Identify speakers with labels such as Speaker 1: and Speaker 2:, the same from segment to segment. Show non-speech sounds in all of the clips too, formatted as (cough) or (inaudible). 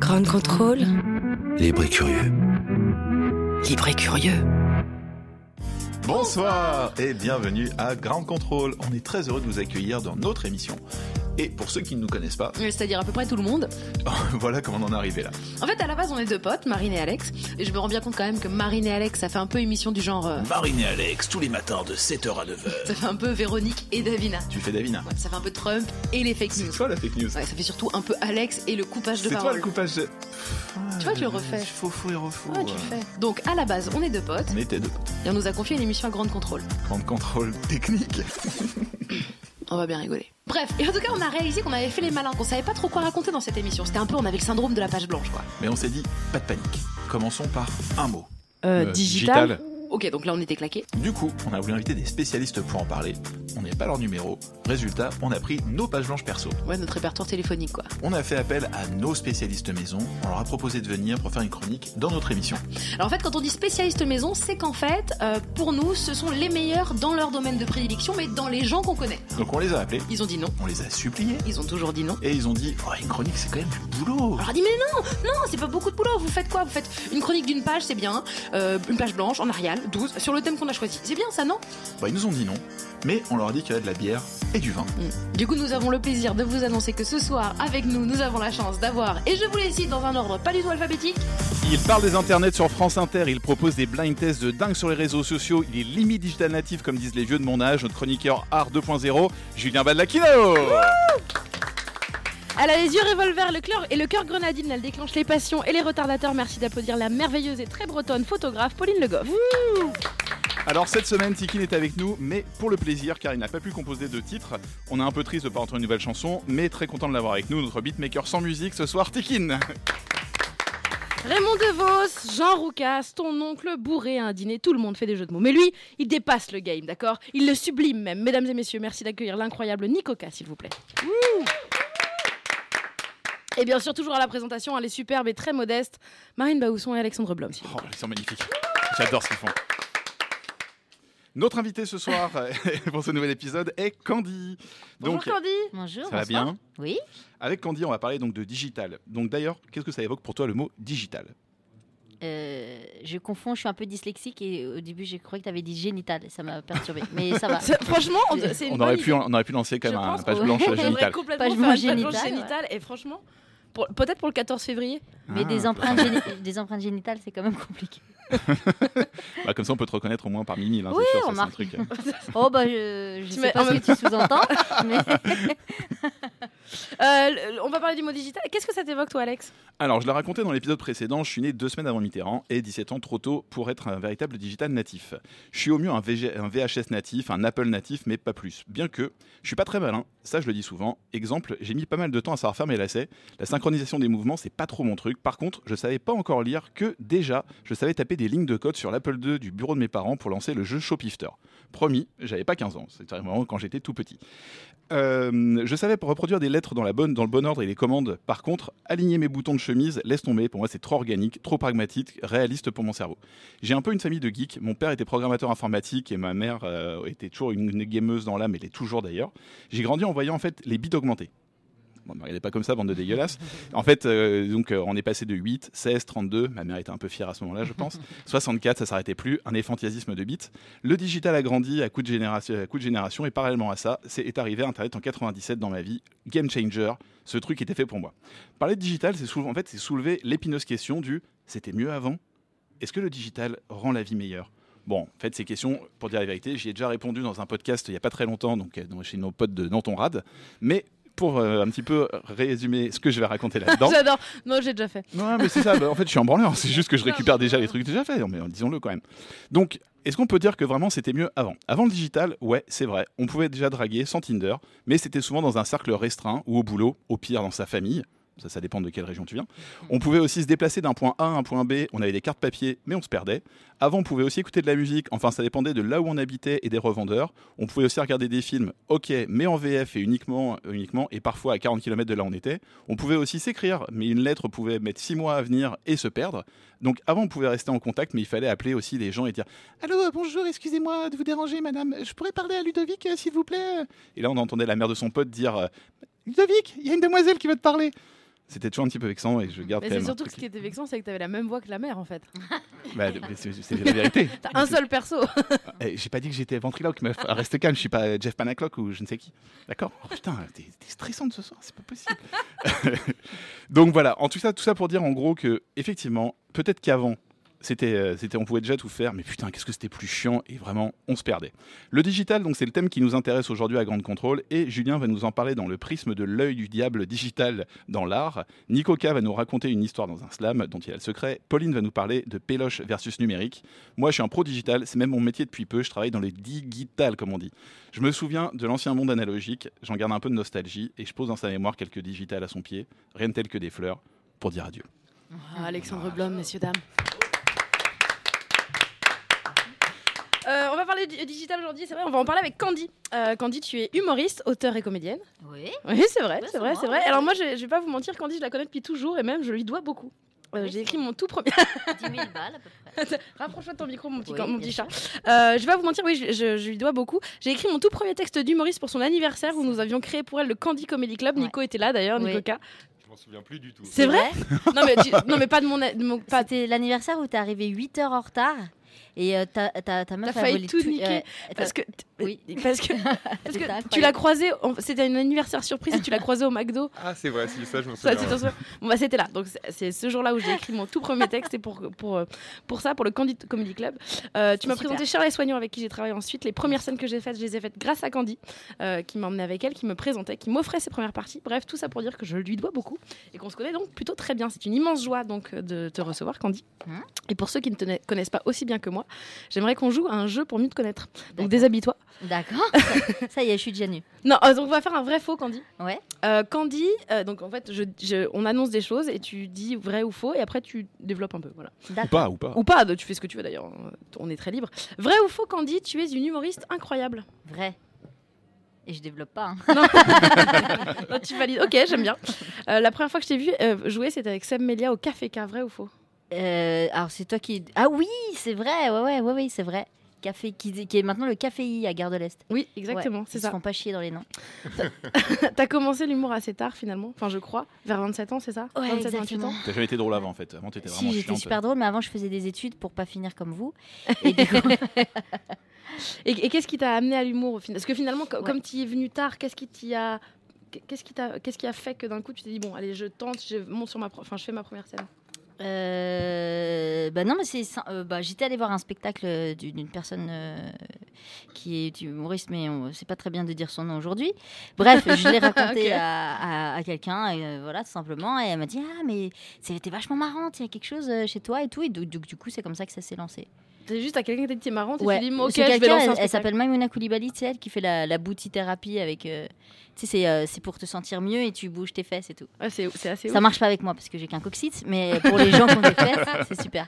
Speaker 1: Ground contrôle.
Speaker 2: Libre et curieux.
Speaker 1: Libre et curieux.
Speaker 3: Bonsoir et bienvenue à Ground Control. On est très heureux de vous accueillir dans notre émission. Et pour ceux qui ne nous connaissent pas, (laughs)
Speaker 4: Euh, C'est-à-dire à peu près tout le monde.
Speaker 3: voilà comment on en est arrivé là.
Speaker 4: En fait, à la base, on est deux potes, Marine et Alex. Et je me rends bien compte quand même que Marine et Alex, ça fait un peu émission du genre. euh,
Speaker 2: Marine et Alex, tous les matins de 7h à 9h.
Speaker 4: ça fait un peu Véronique et Davina.
Speaker 3: Tu fais Davina.
Speaker 4: Ouais, ça fait un peu Trump et les fake news.
Speaker 3: C'est toi la fake news.
Speaker 4: Ouais, ça fait surtout un peu Alex et le coupage de
Speaker 3: C'est toi le
Speaker 4: parole.
Speaker 3: coupage. de- Ah,
Speaker 4: Tu vois, je le refais.
Speaker 3: Faux, faux et refaux.
Speaker 5: Ah,
Speaker 4: Ouais, tu le fais. Donc, à la base, on est deux potes
Speaker 3: On était deux.
Speaker 4: et on nous a confié une émission à grande contrôle.
Speaker 3: Grand contrôle (laughs) technique.
Speaker 4: On va bien rigoler. Bref, et en tout cas, on a réalisé qu'on avait fait les malins, qu'on savait pas trop quoi raconter dans cette émission. C'était un peu, on avait le syndrome de la page blanche, quoi.
Speaker 3: Mais on s'est dit, pas de panique. Commençons par un mot.
Speaker 6: Euh,
Speaker 3: Euh,
Speaker 6: digital.
Speaker 4: Ok, donc là, on était claqués.
Speaker 3: Du coup, on a voulu inviter des spécialistes pour en parler. On n'est pas leur numéro. Résultat, on a pris nos pages blanches perso.
Speaker 4: Ouais, notre répertoire téléphonique, quoi.
Speaker 3: On a fait appel à nos spécialistes maison. On leur a proposé de venir pour faire une chronique dans notre émission.
Speaker 4: Alors en fait, quand on dit spécialiste maison, c'est qu'en fait, euh, pour nous, ce sont les meilleurs dans leur domaine de prédilection, mais dans les gens qu'on connaît.
Speaker 3: Donc on les a appelés,
Speaker 4: Ils ont dit non,
Speaker 3: on les a suppliés.
Speaker 4: ils ont toujours dit non.
Speaker 3: Et ils ont dit, oh, une chronique, c'est quand même du boulot.
Speaker 4: On leur a dit mais non, non, c'est pas beaucoup de boulot, vous faites quoi Vous faites une chronique d'une page, c'est bien, euh, une page blanche, en Arial, 12, sur le thème qu'on a choisi. C'est bien ça, non
Speaker 3: Bah, ils nous ont dit non. Mais on leur a dit qu'il y avait de la bière et du vin.
Speaker 4: Hmm. Du coup, nous avons le plaisir de vous annoncer que ce soir, avec nous, nous avons la chance d'avoir, et je vous les cite dans un ordre pas du tout alphabétique,
Speaker 5: Il parle des internets sur France Inter, il propose des blind tests de dingue sur les réseaux sociaux, il est limite digital natif comme disent les vieux de mon âge, notre chroniqueur art 2.0, Julien Badlakino
Speaker 7: Elle a les yeux revolver, le cœur et le cœur grenadine. Elle déclenche les passions et les retardateurs. Merci d'applaudir la merveilleuse et très bretonne photographe Pauline Le Goff.
Speaker 5: Alors cette semaine, Tikin est avec nous, mais pour le plaisir, car il n'a pas pu composer de titres. On est un peu triste de pas entendre une nouvelle chanson, mais très content de l'avoir avec nous, notre beatmaker sans musique ce soir, Tikin
Speaker 7: Raymond DeVos, Jean Roucas, ton oncle bourré à un dîner. Tout le monde fait des jeux de mots. Mais lui, il dépasse le game, d'accord Il le sublime même. Mesdames et messieurs, merci d'accueillir l'incroyable Nicoca, s'il vous plaît. Et bien sûr, toujours à la présentation, elle est superbe et très modeste. Marine Baousson et Alexandre Blom. s'il vous plaît.
Speaker 5: Oh, ils sont magnifiques. J'adore ce qu'ils font. Notre invité ce soir (laughs) euh, pour ce nouvel épisode est Candy.
Speaker 7: Bonjour Candy
Speaker 8: Bonjour.
Speaker 5: ça va
Speaker 8: bonsoir.
Speaker 5: bien
Speaker 8: Oui.
Speaker 5: Avec Candy, on va parler donc de digital. Donc d'ailleurs, qu'est-ce que ça évoque pour toi le mot digital
Speaker 8: Euh, je confonds, je suis un peu dyslexique et au début, je croyais que tu avais dit génital.
Speaker 5: (laughs)
Speaker 8: Ça m'a perturbée. Mais ça va.
Speaker 5: Ah,
Speaker 7: C'est- Franchement, on- c'est une
Speaker 5: on
Speaker 7: bonne
Speaker 5: aurait,
Speaker 7: idée.
Speaker 5: pu, on aurait pu lancer quand
Speaker 7: Je
Speaker 5: même un
Speaker 7: pense
Speaker 5: page
Speaker 8: qu'on-
Speaker 5: blanche
Speaker 7: On
Speaker 8: on
Speaker 7: devrait (laughs)
Speaker 5: génitale.
Speaker 7: complètement
Speaker 8: Page
Speaker 7: faire une
Speaker 8: blanche
Speaker 7: page blanche
Speaker 8: génitale,
Speaker 7: génitale, Et franchement, pour- peut-être pour le 14 février.
Speaker 8: Mais des,
Speaker 5: Ah,
Speaker 8: empreintes géni- des empreintes génitales, c'est quand même compliqué.
Speaker 5: bah, Comme ça, on peut te reconnaître au moins parmi mille. hein,
Speaker 8: Oui,
Speaker 5: c'est sûr, ça,
Speaker 8: on
Speaker 5: c'est un
Speaker 8: marque.
Speaker 5: truc.
Speaker 8: Oh, bah, je, je
Speaker 7: Tu
Speaker 8: sais
Speaker 7: mets-
Speaker 8: pas
Speaker 7: en
Speaker 8: ce que tu sous-entends.
Speaker 7: (laughs)
Speaker 8: mais
Speaker 7: Euh, le- on va parler du mot digital. Qu'est-ce que ça t'évoque, toi, Alex
Speaker 5: Alors, je l'ai raconté dans l'épisode précédent, je suis né deux semaines avant Mitterrand et 17 ans trop tôt pour être un véritable digital natif. Je suis au mieux un, VG un VHS natif, un Apple natif, mais pas plus. Bien que je suis pas très malin, ça je le dis souvent. Exemple, j'ai mis pas mal de temps à savoir faire mes lacets. La synchronisation des mouvements, c'est pas trop mon truc. Par contre, je savais pas encore lire que déjà, je savais taper des lignes de code sur l'Apple II du bureau de mes parents pour lancer le jeu Shopifter. Promis, j'avais pas 15 ans, c'était vraiment quand j'étais tout petit. Euh, je savais pour reproduire des lettres dans, la bonne, dans le bon ordre et les commandes. Par contre, aligner mes boutons de chemise, laisse tomber. Pour moi, c'est trop organique, trop pragmatique, réaliste pour mon cerveau. J'ai un peu une famille de geeks. Mon père était programmateur informatique et ma mère euh, était toujours une, une gameuse dans l'âme, elle est toujours d'ailleurs. J'ai grandi en voyant en fait les bits augmenter. Bon, ne me regardez pas comme ça, bande de dégueulasses. En fait, euh, donc, euh, on est passé de 8, 16, 32. Ma mère était un peu fière à ce moment-là, je pense. 64, ça s'arrêtait plus. Un éfantiasisme de bits. Le digital a grandi à coup de génération, à coup de génération et parallèlement à ça, c'est est arrivé Internet en 97 dans ma vie, game changer. Ce truc était fait pour moi. Parler de digital, c'est souvent en fait c'est soulever l'épineuse question du c'était mieux avant. Est-ce que le digital rend la vie meilleure Bon, en fait, ces questions, pour dire la vérité, j'y ai déjà répondu dans un podcast il n'y a pas très longtemps, donc euh, dans- chez nos potes de Nanton Rad. Mais pour euh, un petit peu résumer ce que je vais raconter là-dedans,
Speaker 7: (laughs) J'adore. Non, j'ai déjà fait.
Speaker 5: non, mais c'est ça. Bah, en fait, je suis un branleur. C'est juste que je récupère déjà les trucs déjà faits. Non, Mais disons-le quand même. Donc, est-ce qu'on peut dire que vraiment c'était mieux avant Avant le digital, ouais, c'est vrai. On pouvait déjà draguer sans Tinder, mais c'était souvent dans un cercle restreint ou au boulot, au pire dans sa famille. Ça, ça dépend de quelle région tu viens. On pouvait aussi se déplacer d'un point A à un point B. On avait des cartes papier, mais on se perdait. Avant, on pouvait aussi écouter de la musique. Enfin, ça dépendait de là où on habitait et des revendeurs. On pouvait aussi regarder des films, ok, mais en VF et uniquement, uniquement et parfois à 40 km de là où on était. On pouvait aussi s'écrire, mais une lettre pouvait mettre six mois à venir et se perdre. Donc avant, on pouvait rester en contact, mais il fallait appeler aussi les gens et dire Allô, euh, bonjour, excusez-moi de vous déranger, madame. Je pourrais parler à Ludovic, euh, s'il vous plaît Et là, on entendait la mère de son pote dire euh, Ludovic, il y a une demoiselle qui veut te parler. C'était toujours un petit peu vexant et je garde
Speaker 7: Mais
Speaker 5: quand
Speaker 7: c'est
Speaker 5: même un
Speaker 7: surtout que
Speaker 5: truc-
Speaker 7: ce qui était vexant, c'est que t'avais la même voix que la mère en fait.
Speaker 8: Ah,
Speaker 5: Bah, mais c'est c'est la vérité.
Speaker 7: T'as un seul perso.
Speaker 5: Eh, J'ai pas dit que j'étais ventriloque, meuf. Ah, Reste calme, je suis pas Jeff Panaclock ou je ne sais qui. D'accord Oh, Putain, t'es t'es stressante ce soir, c'est pas possible. (laughs) Donc voilà, en tout ça, tout ça pour dire en gros que, effectivement, peut-être qu'avant, c'était, euh, c'était, on pouvait déjà tout faire, mais putain, qu'est-ce que c'était plus chiant et vraiment, on se perdait. Le digital, donc, c'est le thème qui nous intéresse aujourd'hui à Grande Contrôle et Julien va nous en parler dans le prisme de l'œil du diable digital dans l'art. Nico K va nous raconter une histoire dans un slam dont il a le secret. Pauline va nous parler de péloche versus numérique. Moi, je suis un pro digital, c'est même mon métier depuis peu, je travaille dans le digital, comme on dit. Je me souviens de l'ancien monde analogique, j'en garde un peu de nostalgie et je pose dans sa mémoire quelques digitales à son pied, rien de tel que des fleurs, pour dire adieu.
Speaker 7: Ah, Alexandre Blom, messieurs, dames. Euh, on va parler du digital aujourd'hui, c'est vrai, on va en parler avec Candy. Euh, Candy, tu es humoriste, auteur et comédienne.
Speaker 8: Oui.
Speaker 7: Oui, c'est vrai,
Speaker 8: Ouais,
Speaker 7: c'est
Speaker 8: c'est
Speaker 7: vrai,
Speaker 8: moi,
Speaker 7: c'est vrai.
Speaker 8: ouais.
Speaker 7: Alors moi, je, je vais pas vous mentir, Candy, je la connais depuis toujours et même je lui dois beaucoup. Euh,
Speaker 8: Oui,
Speaker 7: J'ai
Speaker 8: c'est
Speaker 7: écrit
Speaker 8: vrai.
Speaker 7: mon tout premier. (laughs)
Speaker 8: 10 000 balles à peu près.
Speaker 7: Rapproche-toi de ton micro, mon petit,
Speaker 8: Oui,
Speaker 7: can- mon
Speaker 8: bien
Speaker 7: petit chat.
Speaker 8: sûr.
Speaker 7: Euh, je vais pas vous mentir, oui, je, je- je lui dois beaucoup. J'ai écrit mon tout premier texte d'humoriste pour son anniversaire où nous avions créé pour elle le Candy Comedy Club.
Speaker 8: Ouais.
Speaker 7: Nico était là d'ailleurs,
Speaker 8: Oui.
Speaker 7: Nico K.
Speaker 6: Je m'en souviens plus du tout.
Speaker 7: C'est vrai non, mais tu- non, mais pas de mon. de mon- pas-
Speaker 8: C'était l'anniversaire où t'es arrivé 8 heures en retard et euh, ta, ta, ta meuf
Speaker 7: T'as
Speaker 8: a
Speaker 7: failli
Speaker 8: volé
Speaker 7: tout
Speaker 8: ouais,
Speaker 7: niquer.
Speaker 8: elle t'a-
Speaker 7: Parce que,
Speaker 8: Oui.
Speaker 7: parce que, parce
Speaker 8: C'était
Speaker 7: que tu
Speaker 8: incroyable.
Speaker 7: l'as croisée, en- c'était un anniversaire surprise et tu l'as croisée au McDo.
Speaker 6: (laughs) Ah, c'est vrai, si, ça, je
Speaker 7: (laughs)
Speaker 6: m'en
Speaker 7: Ça,
Speaker 6: souviens.
Speaker 7: tu t'en souviens Bon, bah, c'était là. Donc, c'est- c'est ce jour-là où j'ai écrit mon tout premier texte et pour, pour, euh, pour ça, pour le Candy Comedy Club. Euh, tu m'as
Speaker 8: Super.
Speaker 7: présenté Charles Soignon avec qui j'ai travaillé ensuite. Les premières scènes que j'ai faites, je les ai faites grâce à Candy, euh, qui m'emmenait avec elle, qui me présentait, qui m'offrait ses premières parties. Bref, tout ça pour dire que je lui dois beaucoup et qu'on se connaît donc plutôt très bien. C'est une immense joie donc euh, de te recevoir, Candy.
Speaker 8: Hein
Speaker 7: Et pour ceux qui ne te na- connaissent pas aussi bien que moi, j'aimerais qu'on joue à un jeu pour mieux te connaître.
Speaker 8: D'accord.
Speaker 7: Donc, déshabille-toi.
Speaker 8: (laughs)
Speaker 7: (laughs)
Speaker 8: D'accord. ça y est, je suis déjà nue.
Speaker 7: Non, euh, donc on va faire un vrai faux, Candy.
Speaker 8: Ouais.
Speaker 7: Euh, Candy, euh, donc en fait, je- je- on annonce des choses et tu dis vrai ou faux et après tu développes un peu, voilà.
Speaker 5: Ou
Speaker 8: D'accord.
Speaker 5: pas, ou pas.
Speaker 7: Ou pas, tu fais ce que tu veux d'ailleurs, euh, on est très libre. Vrai ou faux, Candy, tu es une humoriste incroyable.
Speaker 8: Vrai. Et je développe pas. hein. Ah.
Speaker 7: Non, tu valides, ok, j'aime
Speaker 8: (laughs)
Speaker 7: bien. Euh, la première fois que je t'ai vu euh, jouer, c'était avec Sam Melia au Café K, vrai ou faux
Speaker 8: Euh, alors c'est toi qui. Ah oui, c'est vrai. Ouais, ouais, ouais, ouais, c'est vrai. Café qui, qui est maintenant le café I à Gare de l'Est.
Speaker 7: Oui, exactement,
Speaker 8: Ouais,
Speaker 7: c'est
Speaker 8: Ils se
Speaker 7: ça.
Speaker 8: font pas chier dans les noms.
Speaker 7: T'as commencé l'humour assez tard finalement, enfin je crois, vers 27 ans, c'est ça
Speaker 8: Ouais,
Speaker 7: 27, 28
Speaker 8: exactement.
Speaker 7: ans.
Speaker 5: T'as jamais été drôle avant en fait. Avant t'étais vraiment
Speaker 8: Si j'étais
Speaker 5: chiante.
Speaker 8: super drôle, mais avant je faisais des études pour pas finir
Speaker 7: (laughs)
Speaker 8: comme vous. Et du coup-
Speaker 7: Et, et qu'est-ce qui t'a amené à l'humour au final Parce que finalement, co-
Speaker 8: Ouais.
Speaker 7: comme tu es venu tard, qu'est-ce qui t'y a Qu'est-ce qui, t'a- qu'est-ce qui a fait que d'un coup tu t'es dit bon allez je tente je monte sur ma pro- enfin je fais ma première scène
Speaker 8: Euh, bah non, mais c'est. ça- euh, bah, J'étais allée voir un spectacle euh, d'une d'une personne euh, qui est humoriste, mais on- c'est pas très bien de dire son nom aujourd'hui. Bref, je
Speaker 7: (laughs)
Speaker 8: l'ai raconté
Speaker 7: Ok.
Speaker 8: à, à- à quelqu'un, et, euh, voilà, tout simplement, et elle m'a dit Ah, mais c'était vachement marrante, il y a quelque chose euh, chez toi et tout. Et du, du- du coup, c'est comme ça que ça s'est lancé.
Speaker 7: c'est juste à quelqu'un qui t'a dit t'es marrante et
Speaker 8: Ouais,
Speaker 7: tu dis ok
Speaker 8: c'est
Speaker 7: je vais lancer
Speaker 8: quelqu'un,
Speaker 7: un
Speaker 8: elle, elle
Speaker 7: spectacle.
Speaker 8: s'appelle Maimouna Koulibaly, c'est elle qui fait la, la thérapie avec. euh, tu sais, c'est euh, c'est pour te sentir mieux et tu bouges tes fesses et tout.
Speaker 7: Ouais, c'est, c'est assez
Speaker 8: Ça
Speaker 7: ouf.
Speaker 8: marche pas avec moi parce que j'ai qu'un coccyx, mais pour les gens qui ont
Speaker 7: (laughs)
Speaker 8: des fesses, c'est super.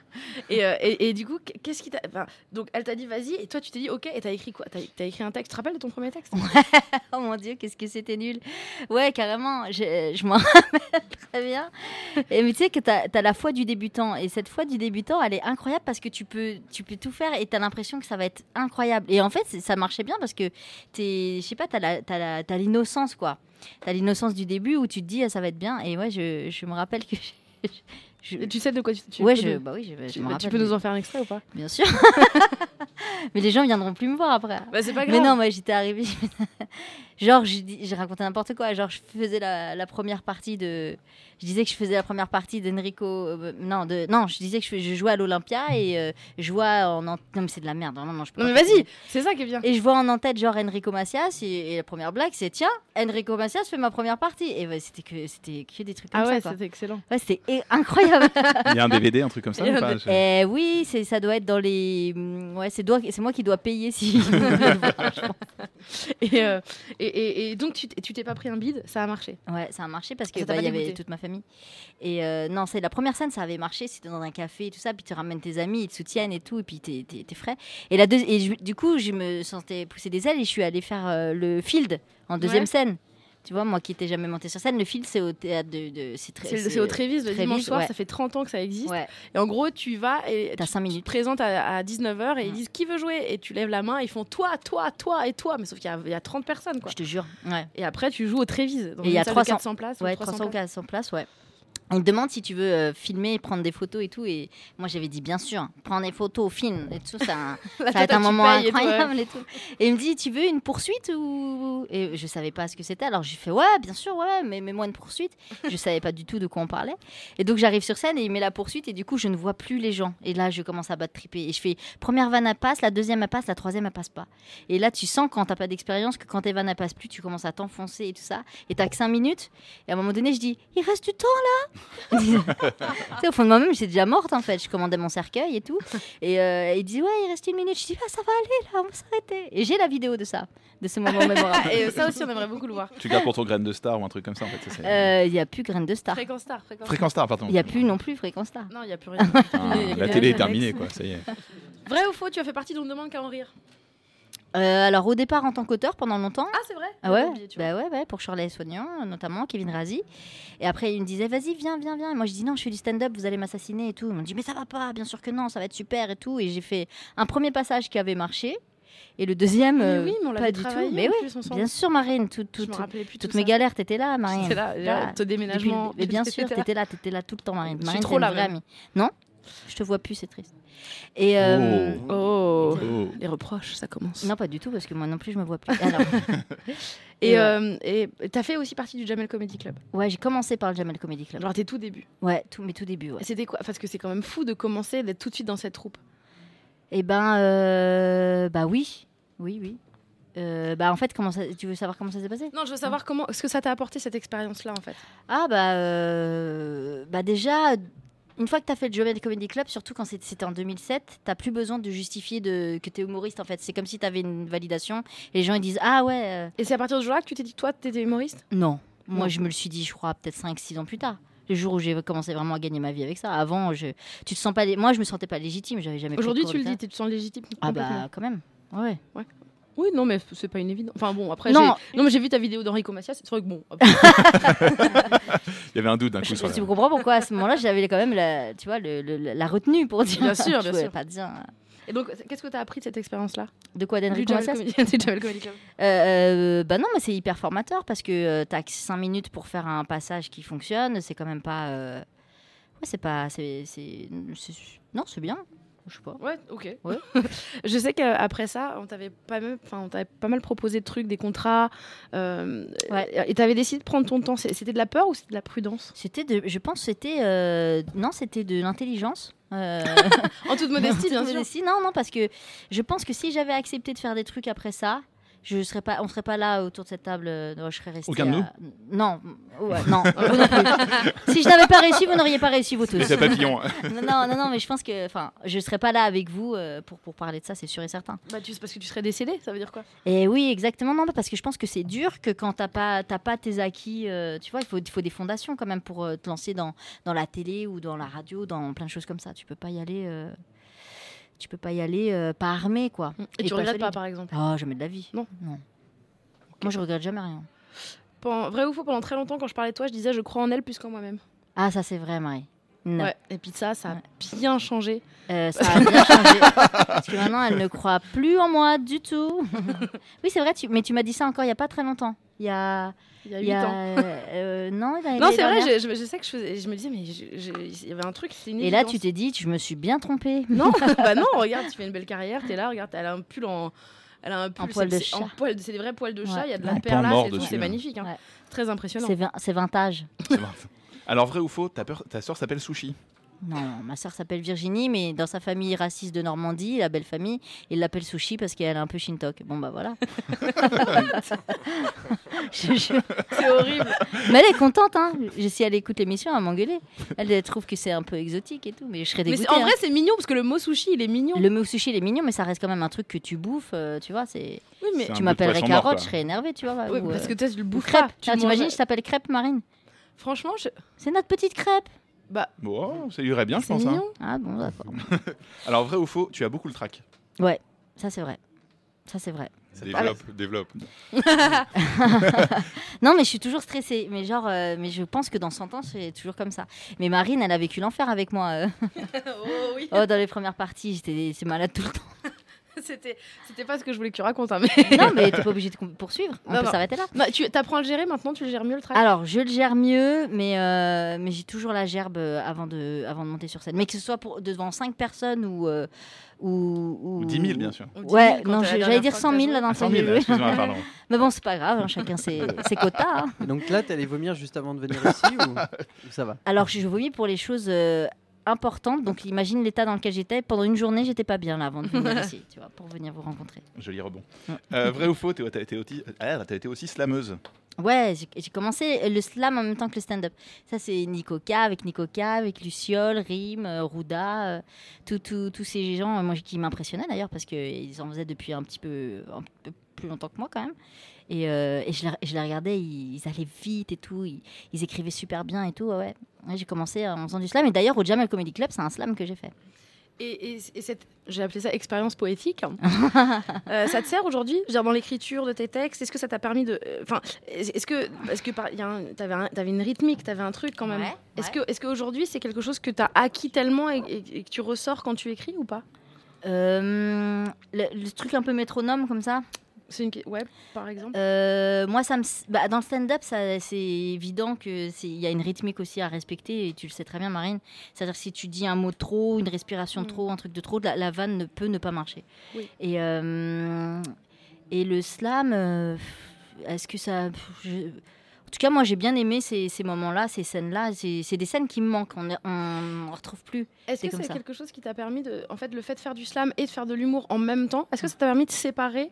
Speaker 7: Et, euh, et, et du coup qu'est-ce qui t'a enfin, donc elle t'a dit vas-y et toi tu t'es dit ok et t'as écrit quoi t'as, t'as écrit un texte tu te rappelles de ton premier texte
Speaker 8: (laughs) Oh mon dieu, qu'est-ce que c'était nul. Ouais, carrément, je, je m'en (laughs) rappelle très bien. Et mais tu sais que t'as as la foi du débutant. Et cette foi du débutant, elle est incroyable parce que tu peux, tu peux tout faire et t'as l'impression que ça va être incroyable. Et en fait, c'est- ça marchait bien parce que t'es, je sais pas, t'as la- t'as la- t'as l'innocence, quoi. T'as l'innocence du début où tu te dis, ah, ça va être bien. Et moi, je, je me rappelle que... je- je-
Speaker 7: tu sais de quoi tu, tu
Speaker 8: ouais,
Speaker 7: peux
Speaker 8: je,
Speaker 7: nous-
Speaker 8: bah oui, je, je
Speaker 7: tu,
Speaker 8: me
Speaker 7: bah,
Speaker 8: rappelle.
Speaker 7: tu peux nous en faire un extrait ou pas
Speaker 8: Bien sûr. (laughs) mais les gens viendront plus me voir après.
Speaker 7: bah c'est pas
Speaker 8: Mais non, moi j'étais arrivée. (laughs) genre, j'ai dit- j'ai raconté n'importe quoi. Genre, je faisais la, la première partie de. Je disais que je faisais la première partie d'Enrico. euh, non, de, non, je disais que je, je jouais à l'Olympia et euh, je vois en. en- Non, mais c'est de la merde, vraiment, non, je peux
Speaker 7: non mais
Speaker 8: pas.
Speaker 7: vas-y c'est ça qui est bien
Speaker 8: Et je vois en en-tête, genre Enrico Macias, et, et la première blague, c'est tiens, Enrico Macias fait ma première partie. Et ouais, c'était que, c'était que des trucs comme
Speaker 7: ah ouais
Speaker 8: ça, quoi.
Speaker 7: c'était excellent
Speaker 8: Ouais, c'était é- incroyable.
Speaker 5: Il y a un DVD, un truc comme ça
Speaker 7: Il y a
Speaker 5: ou
Speaker 7: un
Speaker 5: pas Je-
Speaker 8: Eh oui, c'est ça doit être dans les. mm, Ouais, c'est doit- c'est moi qui dois payer
Speaker 7: (laughs)
Speaker 8: si.
Speaker 7: et, euh, et, et, et donc tu, t- tu t'es pas pris un bide ça a marché
Speaker 8: Ouais, ça a marché parce que
Speaker 7: Ça t'a
Speaker 8: bah,
Speaker 7: pas
Speaker 8: il y avait
Speaker 7: dégoûté
Speaker 8: toute ma famille. Et euh, non, c'est la première scène, ça avait marché. C'était dans un café et tout ça. Puis tu ramènes tes amis, ils te soutiennent et tout. Et puis t'es, t'es, t'es frais. Et, la deuxi- et je- du coup, je me sentais pousser des ailes et je suis allée faire euh, le field en deuxième
Speaker 7: Ouais.
Speaker 8: scène. Tu vois, moi qui n'étais jamais montée sur scène, le field, c'est au théâtre de. de- c'est, très,
Speaker 7: C'est, le- c'est au Trévis le
Speaker 8: Trévis,
Speaker 7: dimanche soir,
Speaker 8: ouais.
Speaker 7: ça fait 30 ans que ça existe.
Speaker 8: Ouais,
Speaker 7: Et en gros, tu y vas et
Speaker 8: t'as
Speaker 7: tu,
Speaker 8: 5
Speaker 7: tu te
Speaker 8: minutes.
Speaker 7: présentes à, 19h et ils
Speaker 8: Mm.
Speaker 7: disent qui veut jouer Et tu lèves la main, ils font toi, toi, toi et toi. Mais sauf qu'il y a, il y a 30 personnes quoi.
Speaker 8: Je te jure. Ouais.
Speaker 7: Et après, tu joues au Trévis. dans
Speaker 8: Et il y
Speaker 7: une
Speaker 8: a
Speaker 7: salle de
Speaker 8: 300.
Speaker 7: 400 places. ou
Speaker 8: Ouais,
Speaker 7: 300
Speaker 8: 300 ou
Speaker 7: places.
Speaker 8: 400 places, ouais. On te demande si tu veux euh, filmer, prendre des photos et tout. Et moi, j'avais dit, bien sûr, prends des photos, filme et tout. Ça,
Speaker 7: (laughs) Bah,
Speaker 8: ça va être un moment incroyable et tout. Et il me dit, tu veux une poursuite ou... Et je savais pas ce que c'était. Alors, j'ai fait, ouais, bien sûr, ouais, mais mets-moi une poursuite. Je savais pas du tout de quoi on parlait. Et donc, j'arrive sur scène et il met la poursuite. Et du coup, je ne vois plus les gens. Et là, je commence à battre triper. Et je fais, première vanne, elle passe. La deuxième, elle passe. La troisième, elle passe pas. Et là, tu sens quand t'as pas d'expérience que quand tes vannes, elles passent plus, tu commences à t'enfoncer et tout ça. Et t'as que 5 minutes. Et à un moment donné, je dis, il reste du temps (laughs) tu sais, au fond de moi-même, j'étais déjà morte en fait. Je commandais mon cercueil et tout. Et euh, il dit Ouais, il reste une minute. Je dis Ah, ça va aller là, on va s'arrêter. Et j'ai la vidéo de ça, de ce moment mémorable.
Speaker 7: (laughs) Et euh, ça aussi, on aimerait beaucoup le voir.
Speaker 5: Tu gardes pour ton graine de star ou un truc comme ça en fait. c'est ça.
Speaker 8: Euh, Il y a plus Graine de Star.
Speaker 7: Fréquence star, fréquence.
Speaker 5: Fréquence star, pardon.
Speaker 8: Il y a plus non plus Fréquence Star.
Speaker 7: Non, il n'y a plus rien.
Speaker 8: (laughs)
Speaker 5: Putain,
Speaker 7: Il y a
Speaker 5: la
Speaker 7: rien,
Speaker 5: télé est
Speaker 7: Alex.
Speaker 5: terminée quoi, ça y est.
Speaker 7: Vrai ou faux, tu as fait partie d'On ne demande qu'à en rire
Speaker 8: Euh, alors au départ, en tant qu'auteur, pendant longtemps.
Speaker 7: Ah, c'est vrai
Speaker 8: Ah ouais,
Speaker 7: J'avais oublié, tu vois.
Speaker 8: bah ouais, ouais, pour Shirley Soignant, euh, notamment Kevin Razi. Et après, il me disait, vas-y, viens, viens, viens. Et moi, je dis, non, je fais du stand-up, vous allez m'assassiner et tout. Ils m'ont dit, mais ça va pas, bien sûr que non, ça va être super et tout. Et j'ai fait un premier passage qui avait marché. Et le deuxième,
Speaker 7: Mais
Speaker 8: euh,
Speaker 7: oui, mais on l'avait
Speaker 8: pas du
Speaker 7: travaillé
Speaker 8: tout. Mais
Speaker 7: en
Speaker 8: oui,
Speaker 7: plus ensemble.
Speaker 8: bien sûr, Marine, tout, tout,
Speaker 7: Je me
Speaker 8: tout-
Speaker 7: rappelais plus de
Speaker 8: toutes
Speaker 7: tout
Speaker 8: mes
Speaker 7: ça.
Speaker 8: galères, t'étais là, Marine.
Speaker 7: J'étais là,
Speaker 8: Voilà.
Speaker 7: là, te
Speaker 8: Depuis le-
Speaker 7: déménagement.
Speaker 8: mais bien sûr,
Speaker 7: (laughs) J'étais là.
Speaker 8: t'étais là, t'étais là tout le temps, Marine.
Speaker 7: Je suis
Speaker 8: Marine,
Speaker 7: trop
Speaker 8: c'est une
Speaker 7: là,
Speaker 8: vraie
Speaker 7: même.
Speaker 8: amie. Non, je te vois plus, c'est triste. Et euh,
Speaker 7: Oh,
Speaker 5: Oh.
Speaker 7: les reproches, ça commence.
Speaker 8: non, pas du tout, parce que moi non plus, je me vois plus. Alors, (laughs)
Speaker 7: Et
Speaker 8: Et
Speaker 7: euh, et t'as fait aussi partie du Jamel Comedy Club.
Speaker 8: ouais, j'ai commencé par le Jamel Comedy Club.
Speaker 7: Genre tes tout débuts.
Speaker 8: Ouais, tout, mais tout début, ouais.
Speaker 7: C'était quoi Parce que c'est quand même fou de commencer d'être tout de suite dans cette troupe.
Speaker 8: Eh ben, euh, bah oui, oui, oui. Euh, bah en fait, comment ça, tu veux savoir comment ça s'est passé
Speaker 7: Non, je veux savoir comment, ce que ça t'a apporté cette expérience-là en fait.
Speaker 8: Ah bah, euh, bah déjà, une fois que t'as fait le Jamel Comedy Club, surtout quand c'est- c'était en 2007, t'as plus besoin de justifier de, que t'es humoriste en fait. C'est comme si t'avais une validation et les gens ils disent ah ouais, euh,
Speaker 7: Et c'est à partir de ce jour-là que tu t'es dit, toi, t'étais humoriste
Speaker 8: non. Moi
Speaker 7: Non.
Speaker 8: je me le suis dit, je crois peut-être 5-6 ans plus tard. Le jour où j'ai commencé vraiment à gagner ma vie avec ça. Avant, je, tu te sens pas, lé- moi je me sentais pas légitime, j'avais jamais. pris de
Speaker 7: Aujourd'hui,
Speaker 8: cours
Speaker 7: tu le
Speaker 8: de
Speaker 7: dis,
Speaker 8: théâtre.
Speaker 7: tu te sens légitime
Speaker 8: Ah
Speaker 7: complètement.
Speaker 8: bah quand même. Ouais.
Speaker 7: Oui, non, mais c'est pas une évidence. Enfin bon, après,
Speaker 8: Non.
Speaker 7: j'ai- non, mais j'ai vu ta vidéo d'Enrico Macias, c'est vrai que bon. (laughs) après-
Speaker 5: Il y avait un doute d'un coup
Speaker 8: Je,
Speaker 5: sur la-
Speaker 8: tu comprends pourquoi à ce moment-là j'avais quand même la, tu vois, le- le- la retenue pour dire.
Speaker 7: Bien sûr,
Speaker 8: (laughs) Je
Speaker 7: bien
Speaker 8: pouvais
Speaker 7: sûr.
Speaker 8: Pas dire. euh,
Speaker 7: Et donc, qu'est-ce que t'as appris de cette expérience-là
Speaker 8: De quoi
Speaker 7: Du
Speaker 8: d'Henry
Speaker 7: Jamel
Speaker 8: Macias
Speaker 7: Comedy- (laughs) du Jamel Comedy Club.
Speaker 8: Euh, euh, Bah non, mais c'est hyper formateur parce que tu t'as 5 minutes pour faire un passage qui fonctionne. C'est quand même pas. euh, Ouais, c'est pas. c'est- c'est- c'est- Non, c'est bien. Je sais pas.
Speaker 7: Ouais, ok.
Speaker 8: Ouais.
Speaker 7: (laughs) je sais qu'après ça, on t'avait pas mal, enfin, on t'avait pas mal proposé de trucs, des contrats. euh,
Speaker 8: Ouais.
Speaker 7: Et t'avais décidé de prendre ton temps. C'est- C'était de la peur ou c'était de la prudence
Speaker 8: C'était de. Je pense que c'était. euh, Non, c'était de l'intelligence. Euh,
Speaker 7: En toute modestie, (laughs) bien sûr.
Speaker 8: modestie, non, non, parce que je pense que si j'avais accepté de faire des trucs après ça, je serais pas, on serait pas là autour de cette table. euh, non, je serais restée.
Speaker 5: Aucun de
Speaker 8: à-
Speaker 5: nous
Speaker 8: Non, ouais, non. vous non plus.
Speaker 7: (laughs)
Speaker 8: si je n'avais pas réussi, vous n'auriez pas réussi vous
Speaker 5: Et
Speaker 8: tous.
Speaker 5: c'est papillon. (laughs)
Speaker 8: Non, non, non, mais je pense que, enfin, je serais pas là avec vous euh, pour pour parler de ça, c'est sûr et certain.
Speaker 7: Bah, tu, c'est parce que tu serais décédé, ça veut dire quoi
Speaker 8: Et oui, exactement, non, parce que je pense que c'est dur que quand t'as pas, t'as pas tes acquis, euh, tu vois, il faut, il faut des fondations quand même pour euh, te lancer dans, dans la télé ou dans la radio, dans plein de choses comme ça. Tu peux pas y aller, euh, tu peux pas y aller euh, pas armé, quoi.
Speaker 7: Et, tu
Speaker 8: pas
Speaker 7: regrettes pas,
Speaker 8: solide.
Speaker 7: par exemple
Speaker 8: Ah, jamais de la vie.
Speaker 7: Non.
Speaker 8: non. Moi, je regrette jamais rien.
Speaker 7: Pen- Vrai ou faux, pendant très longtemps, quand je parlais de toi, je disais je crois en elle plus qu'en moi-même.
Speaker 8: Ah, ça, c'est vrai, Marie. Non.
Speaker 7: Ouais. Et puis ça, ça a
Speaker 8: Ouais.
Speaker 7: bien changé. (laughs)
Speaker 8: Euh, ça a bien changé. Parce que maintenant, elle ne croit plus en moi du tout. (laughs) oui, c'est vrai, tu- mais tu m'as dit ça encore il y a pas très longtemps. Il y a.
Speaker 7: Il y a
Speaker 8: il
Speaker 7: 8
Speaker 8: y a,
Speaker 7: ans.
Speaker 8: euh, non, l'année
Speaker 7: Non, c'est
Speaker 8: dernière.
Speaker 7: vrai, je, je- je sais que je, faisais- je me disais, mais je- je- il y avait un truc, c'était une
Speaker 8: Et là,
Speaker 7: évidence.
Speaker 8: tu t'es dit, je me suis bien trompée.
Speaker 7: Non, (laughs) bah non, regarde, tu fais une belle carrière, t'es là, regarde, elle a un pull en. Elle a un pull,
Speaker 8: En poil
Speaker 7: c'est-
Speaker 8: de
Speaker 7: c'est-
Speaker 8: chat.
Speaker 7: en poil de- c'est des vrais poils de chat, il
Speaker 8: Ouais.
Speaker 7: y a de
Speaker 8: Un
Speaker 7: la
Speaker 5: pan
Speaker 7: perlace
Speaker 5: mort
Speaker 7: et tout,
Speaker 5: dessus,
Speaker 7: c'est
Speaker 5: hein.
Speaker 7: magnifique. hein.
Speaker 8: Ouais.
Speaker 7: Très impressionnant.
Speaker 8: C'est vin- c'est vintage.
Speaker 5: Alors vrai ou faux, ta, peur- ta soeur s'appelle Sushi.
Speaker 8: Non, ma sœur s'appelle Virginie, mais dans sa famille raciste de Normandie, la belle famille, il l'appelle Sushi parce qu'elle est un peu Shintok. Bon,
Speaker 7: (laughs)
Speaker 8: bah voilà. Je- je-
Speaker 7: C'est
Speaker 8: (laughs)
Speaker 7: horrible.
Speaker 8: Mais elle est contente, hein. Je- Si elle écoute l'émission, elle va m'engueuler. Elle, elle trouve que c'est un peu exotique et tout, mais je serais
Speaker 7: Mais
Speaker 8: dégoûtée.
Speaker 7: c'est- en
Speaker 8: hein.
Speaker 7: vrai, c'est mignon parce que le mot sushi, il est mignon.
Speaker 8: Le mot sushi, il est mignon, mais ça reste quand même un truc que tu bouffes, euh, tu vois. C'est...
Speaker 7: Oui, mais.
Speaker 5: C'est un
Speaker 8: Tu
Speaker 5: peu
Speaker 8: m'appellerais
Speaker 5: de poisson mort,
Speaker 8: carotte,
Speaker 5: quoi.
Speaker 8: je serais énervée, tu vois.
Speaker 7: Ouais,
Speaker 8: ou,
Speaker 7: parce
Speaker 8: euh,
Speaker 7: que toi, tu le
Speaker 8: ou
Speaker 7: bouffes
Speaker 8: crêpe.
Speaker 7: pas. Tu
Speaker 8: Tiens,
Speaker 7: manges-
Speaker 8: T'imagines, je t'appelle crêpe marine.
Speaker 7: Franchement, je-
Speaker 8: C'est notre petite crêpe.
Speaker 5: Bon, ça irait bien, je
Speaker 7: c'est
Speaker 5: pense. hein.
Speaker 7: mignon.
Speaker 8: (laughs) Ah bon, d'accord.
Speaker 5: Alors vrai ou faux, tu as beaucoup le trac.
Speaker 8: Ça, c'est vrai. Ça, c'est vrai.
Speaker 6: Développe, développe.
Speaker 8: Non, mais je suis toujours stressée. Mais genre, euh, mais je pense que dans 100 ans, c'est toujours comme ça. Mais Marine, elle
Speaker 7: (laughs)
Speaker 8: a vécu l'enfer avec moi. euh.
Speaker 7: Oh oui.
Speaker 8: Oh, dans les premières parties, j'étais j'étais malade tout le temps.
Speaker 7: (laughs) C'était c'était pas ce que je voulais que tu racontes. hein, mais... (laughs)
Speaker 8: Non, mais t'es pas obligé de com- poursuivre. On
Speaker 7: Non,
Speaker 8: peut
Speaker 7: non.
Speaker 8: s'arrêter là.
Speaker 7: Bah, tu apprends à le gérer maintenant, tu le gères mieux le trac.
Speaker 8: Alors, je le gère mieux, mais, euh, mais j'ai toujours la gerbe euh, avant de, avant de monter sur scène. Mais que ce soit pour, devant 5 personnes ou, euh, ou,
Speaker 5: Ou 10 000, bien sûr.
Speaker 7: On dit
Speaker 8: Ouais,
Speaker 7: mille quand
Speaker 8: non,
Speaker 7: t'as la
Speaker 8: j'ai-
Speaker 7: dernière
Speaker 8: j'allais dire
Speaker 7: fois que
Speaker 8: 100 000
Speaker 7: t'as
Speaker 8: là dans
Speaker 5: Ah, 100
Speaker 8: le
Speaker 5: 000,
Speaker 8: milieu.
Speaker 5: excuse-moi,
Speaker 8: (laughs)
Speaker 5: pardon.
Speaker 8: Mais bon, c'est pas grave, hein, chacun ses, ses quotas. hein.
Speaker 9: Et Donc là, t'allais vomir juste avant de venir ici ou, ou
Speaker 5: (laughs)
Speaker 9: ça va
Speaker 8: Alors, je vomis pour les choses euh, importantes. Donc, imagine l'état dans lequel j'étais. Pendant une journée, j'étais pas bien là avant de venir ici, tu vois, pour venir vous rencontrer.
Speaker 5: Joli rebond. Euh, vrai ou faux, Théo, t'as été, aussi- ah, t'as été aussi slameuse.
Speaker 8: Ouais, j'ai j'ai commencé le slam en même temps que le stand-up. Ça, c'est Nico K, avec Nico K, avec Luciole, Rim, euh, Rouda, euh, tout- tout- tous ces gens euh, moi, qui m'impressionnaient d'ailleurs parce qu'ils en faisaient depuis un petit peu, un peu plus longtemps que moi quand même. Et, euh, et je, les, je les regardais, ils, ils allaient vite et tout, ils, ils écrivaient super bien et tout. Ouais, ouais. Ouais, j'ai commencé en faisant du slam. Et d'ailleurs, au Jamel Comedy Club, c'est un slam que j'ai fait.
Speaker 7: Et, et- et cette, j'ai appelé ça expérience
Speaker 8: (laughs)
Speaker 7: poétique. Euh, ça te sert aujourd'hui Je veux dire, Dans l'écriture de tes textes, est-ce que ça t'a permis de. euh, Enfin, est- est-ce que. Parce que par- il y a un- t'avais, un- t'avais une rythmique, t'avais un truc quand même.
Speaker 8: Ouais,
Speaker 7: Est-ce,
Speaker 8: ouais.
Speaker 7: que, est-ce qu'aujourd'hui, c'est quelque chose que t'as acquis tellement et, et- et que tu ressors quand tu écris ou pas
Speaker 8: Euh, le, le truc un peu métronome comme ça.
Speaker 7: c'est une... que- Ouais, par exemple.
Speaker 8: Euh, moi, ça me... bah, dans le stand-up, ça, c'est évident qu'il y a une rythmique aussi à respecter, et tu le sais très bien, Marine. C'est-à-dire que si tu dis un mot de trop, une respiration de
Speaker 7: Mm.
Speaker 8: trop, un truc de trop, la, la vanne ne peut ne pas marcher.
Speaker 7: Oui.
Speaker 8: Et, euh, et le slam, euh, est-ce que ça... pff, je- En tout cas, moi, j'ai bien aimé ces, ces moments-là, ces scènes-là. C'est c'est des scènes qui me manquent, on ne retrouve plus.
Speaker 7: Est-ce
Speaker 8: c'est
Speaker 7: que
Speaker 8: comme
Speaker 7: c'est
Speaker 8: ça.
Speaker 7: quelque chose qui t'a permis de. En fait, le fait de faire du slam et de faire de l'humour en même temps, est-ce que ça t'a permis de séparer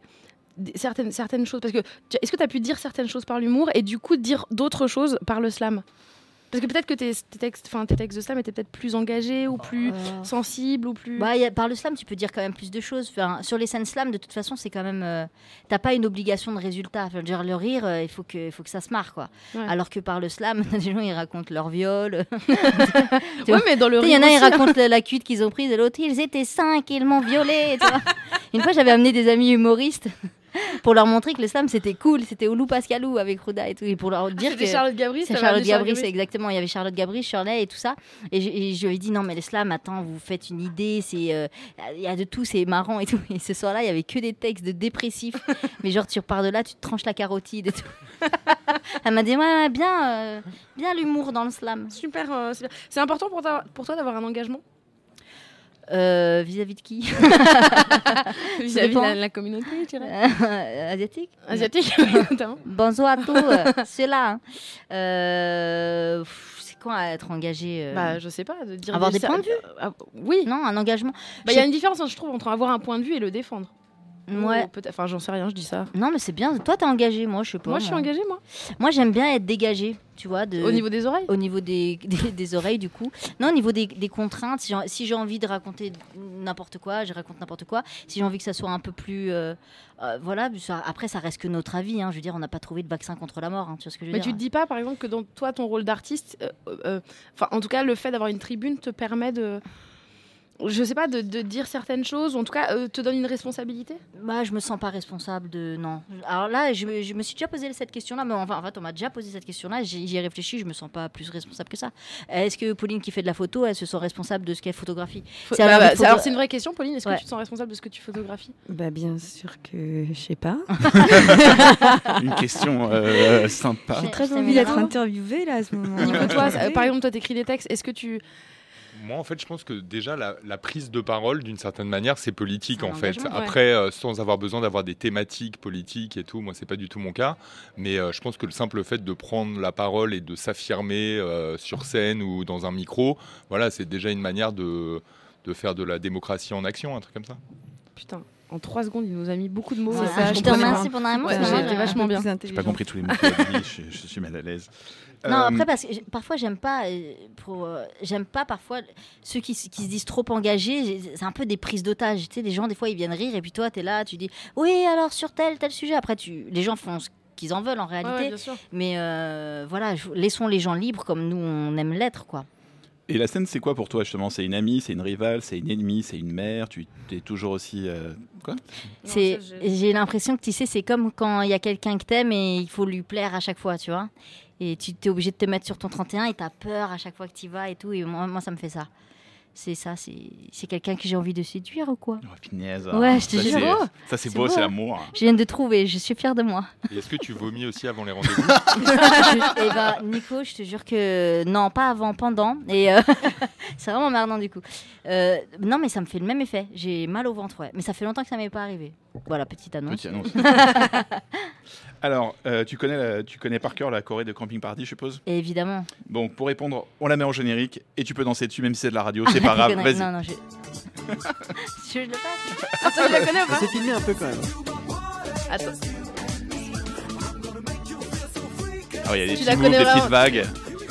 Speaker 7: des- certaines, certaines choses Parce que tu- est-ce que t'as pu dire certaines choses par l'humour et du coup dire d'autres choses par le slam Parce que peut-être que tes, tes textes, enfin, tes textes de slam étaient peut-être plus engagés ou plus
Speaker 8: Euh,
Speaker 7: sensibles ou plus.
Speaker 8: Bah, y a- par le slam, tu peux dire quand même plus de choses. Enfin, sur les scènes slam, de toute façon, c'est quand même. euh, T'as pas une obligation de résultat. Enfin, genre, le rire, euh, il faut que, il faut que ça se marre, quoi.
Speaker 7: Ouais.
Speaker 8: Alors que par le slam, (laughs) les gens, ils racontent leur viol. tu
Speaker 7: ouais,
Speaker 8: vois.
Speaker 7: mais dans le
Speaker 8: Il y en
Speaker 7: rire
Speaker 8: a, ils
Speaker 7: aussi, hein.
Speaker 8: racontent la, la cuite qu'ils ont prise, et l'autre, ils étaient cinq, ils m'ont violé. tu vois. (laughs) une fois, j'avais amené des amis humoristes pour leur montrer que le slam, c'était cool. C'était Oulou Pascalou avec Rouda et tout. Et pour leur dire
Speaker 7: Ah, C'était
Speaker 8: que.
Speaker 7: Charlotte Gabri,
Speaker 8: C'est
Speaker 7: ça
Speaker 8: Charlotte
Speaker 7: va, Charlotte
Speaker 8: Gabri, c'est exactement. Il y avait Charlotte Gabri, Shirley et tout ça. Et je, et je lui ai dit non, mais le slam, attends, vous faites une idée, c'est euh, il y a de tout, c'est marrant et tout. Et ce soir-là, il y avait que des textes
Speaker 7: (laughs)
Speaker 8: de dépressifs. mais genre, tu repars de là, tu te tranches la carotide et tout. (laughs) Elle m'a dit ouais, ouais, bien, euh, bien l'humour dans le slam.
Speaker 7: Super, euh, c'est bien. c'est important pour, ta- pour toi d'avoir un
Speaker 8: (laughs)
Speaker 7: engagement
Speaker 8: Euh, Vis-à-vis de qui
Speaker 7: vis-à-vis de
Speaker 8: dépend.
Speaker 7: la, la communauté, je dirais.
Speaker 8: Euh, (laughs) Asiatique.
Speaker 7: Asiatique, (laughs) oui, notamment.
Speaker 8: Bonjour à tous, euh, (laughs) c'est là. hein. Euh, pff, c'est quoi être engagé euh,
Speaker 7: Bah, je sais pas, de dire
Speaker 8: Avoir des
Speaker 7: ça-
Speaker 8: points de vue
Speaker 7: Ah, Oui,
Speaker 8: Non, un engagement.
Speaker 7: Bah, il y a une différence, hein, je trouve, entre avoir un point de vue et le défendre.
Speaker 8: Ouais.
Speaker 7: Ou peut-être- Enfin, j'en sais rien, je dis ça.
Speaker 8: Non, mais c'est bien. Toi, t'es engagé, moi, je sais pas.
Speaker 7: moi, je suis
Speaker 8: moi.
Speaker 7: engagée, moi.
Speaker 8: Moi, j'aime bien être dégagée, tu vois, de,
Speaker 7: Au niveau des oreilles.
Speaker 8: au niveau des, des, des oreilles, du coup. Non, au niveau des, des contraintes, si j'ai- si j'ai envie de raconter n'importe quoi, je raconte n'importe quoi. Si j'ai envie que ça soit un peu plus. euh, euh, voilà, ça- après, ça reste que notre avis. hein. Je veux dire, on n'a pas trouvé de vaccin contre la mort, hein, tu vois ce que je veux
Speaker 7: Mais tu
Speaker 8: dire
Speaker 7: te dis pas, par exemple, que dans toi, ton rôle d'artiste, euh, euh, enfin, en tout cas, le fait d'avoir une tribune te permet de. Je sais pas, de, de dire certaines choses, ou en tout cas, euh, te donne une responsabilité
Speaker 8: Bah, je me sens pas responsable de. Non. Alors là, je, me- je me suis déjà posé cette question-là, mais enfin, en fait, on m'a déjà posé cette question-là. J'y j'y ai réfléchi, je me sens pas plus responsable que ça. Est-ce que Pauline qui fait de la photo, elle se sent responsable de ce qu'elle photographie
Speaker 7: Faut-
Speaker 8: C'est
Speaker 7: bah,
Speaker 8: alors
Speaker 7: bah,
Speaker 8: une
Speaker 7: c'est-
Speaker 8: photo-
Speaker 7: Alors, c'est une vraie question, Pauline. Est-ce
Speaker 8: Ouais.
Speaker 7: que tu te sens responsable de ce que
Speaker 5: (laughs)
Speaker 7: tu photographies
Speaker 1: Bah bien sûr que je sais pas.
Speaker 7: Ah,
Speaker 8: (laughs)
Speaker 5: Une question euh, sympa.
Speaker 8: J'ai-
Speaker 1: Très
Speaker 8: je t'aime
Speaker 1: envie d'être
Speaker 8: énormément.
Speaker 1: interviewée là à ce moment.
Speaker 7: Nico, toi, euh, par exemple, toi, t'écris des textes. Est-ce que tu.
Speaker 6: Moi, en fait, je pense que déjà, la, la prise de parole, d'une certaine manière, c'est politique,
Speaker 8: C'est un
Speaker 6: en fait.
Speaker 8: engagement,
Speaker 7: ouais.
Speaker 6: Après, euh, sans avoir besoin d'avoir des thématiques politiques et tout, moi, c'est pas du tout mon cas. Mais euh, je pense que le simple fait de prendre la parole et de s'affirmer euh, sur scène ou dans un micro, voilà, c'est déjà une manière de, de faire de la démocratie en action, un truc comme ça.
Speaker 7: Putain, en trois secondes, il nous a mis beaucoup de mots.
Speaker 8: Voilà.
Speaker 1: c'est ça,
Speaker 8: je
Speaker 1: je
Speaker 8: te
Speaker 1: comprenais
Speaker 8: remercie euh, pendant un
Speaker 7: Ouais,
Speaker 1: Ça
Speaker 7: j'ai
Speaker 1: marche.
Speaker 7: été vachement bien.
Speaker 5: J'ai pas compris tous les mots qu'il a dit, je, je suis mal à l'aise.
Speaker 8: Non,
Speaker 5: Euh,
Speaker 8: après, parce que j- parfois, j'aime pas, euh, pour, euh, j'aime pas parfois ceux qui, s- qui se disent trop engagés, j'ai- c'est un peu des prises d'otages. Tu sais, les gens, des fois, ils viennent rire et puis toi, t'es là, tu dis oui, alors sur tel, tel sujet. Après, tu, les gens font ce qu'ils en veulent en
Speaker 7: Ouais, ouais,
Speaker 8: réalité.
Speaker 7: bien sûr.
Speaker 8: mais euh, voilà, je- laissons les gens libres comme nous, on aime l'être, quoi.
Speaker 5: Et la scène, c'est quoi pour toi justement C'est une amie, c'est une rivale, c'est une ennemie, c'est une mère. Tu es toujours aussi. euh, Quoi
Speaker 8: C'est,
Speaker 7: ça,
Speaker 8: j'ai l'impression que tu sais, c'est comme quand il y a quelqu'un que t'aimes et il faut lui plaire à chaque fois, tu vois. Et tu t'es obligé de te mettre sur ton 31 et t'as peur à chaque fois que tu vas et tout. Et moi, moi, ça me fait ça. c'est ça, c'est c'est quelqu'un que j'ai envie de séduire ou quoi
Speaker 5: Oh, punaise.
Speaker 8: Ouais, je te
Speaker 5: Ça,
Speaker 8: jure.
Speaker 5: c'est-
Speaker 8: Oh,
Speaker 5: Ça, c'est
Speaker 8: c'est
Speaker 5: beau,
Speaker 8: beau,
Speaker 5: c'est
Speaker 8: hein.
Speaker 5: l'amour.
Speaker 8: Je viens de trouver, je suis fière de moi. (laughs)
Speaker 6: Et Est-ce que tu vomis aussi avant les rendez-vous
Speaker 8: Eh ben, Nico, je te jure que non, pas avant, pendant. Et euh, (laughs) c'est vraiment merdant du coup. Euh, non, mais ça me fait le même effet. J'ai mal au ventre, ouais. Mais ça fait longtemps que ça m'est pas arrivé. Voilà, petite annonce.
Speaker 5: Petite
Speaker 8: (laughs)
Speaker 5: annonce. Alors, euh, tu, connais la- tu connais par cœur la Corée de Camping Party, je suppose
Speaker 8: Et évidemment.
Speaker 5: Bon, pour répondre, on la met en générique et tu peux danser dessus, même si c'est de la radio, c'est
Speaker 8: Arrête
Speaker 5: pas grave.
Speaker 8: les conneries.
Speaker 5: Vas-y.
Speaker 8: Ah, Non, non, je. (laughs) je le passe.
Speaker 7: Attends, je la connais ou pas
Speaker 9: C'est filmé un peu quand même.
Speaker 7: Attends.
Speaker 5: Ah oui, il y a des
Speaker 7: Tu
Speaker 5: petits
Speaker 7: la
Speaker 5: moves,
Speaker 7: connais
Speaker 5: des petites
Speaker 7: vraiment.
Speaker 5: vagues.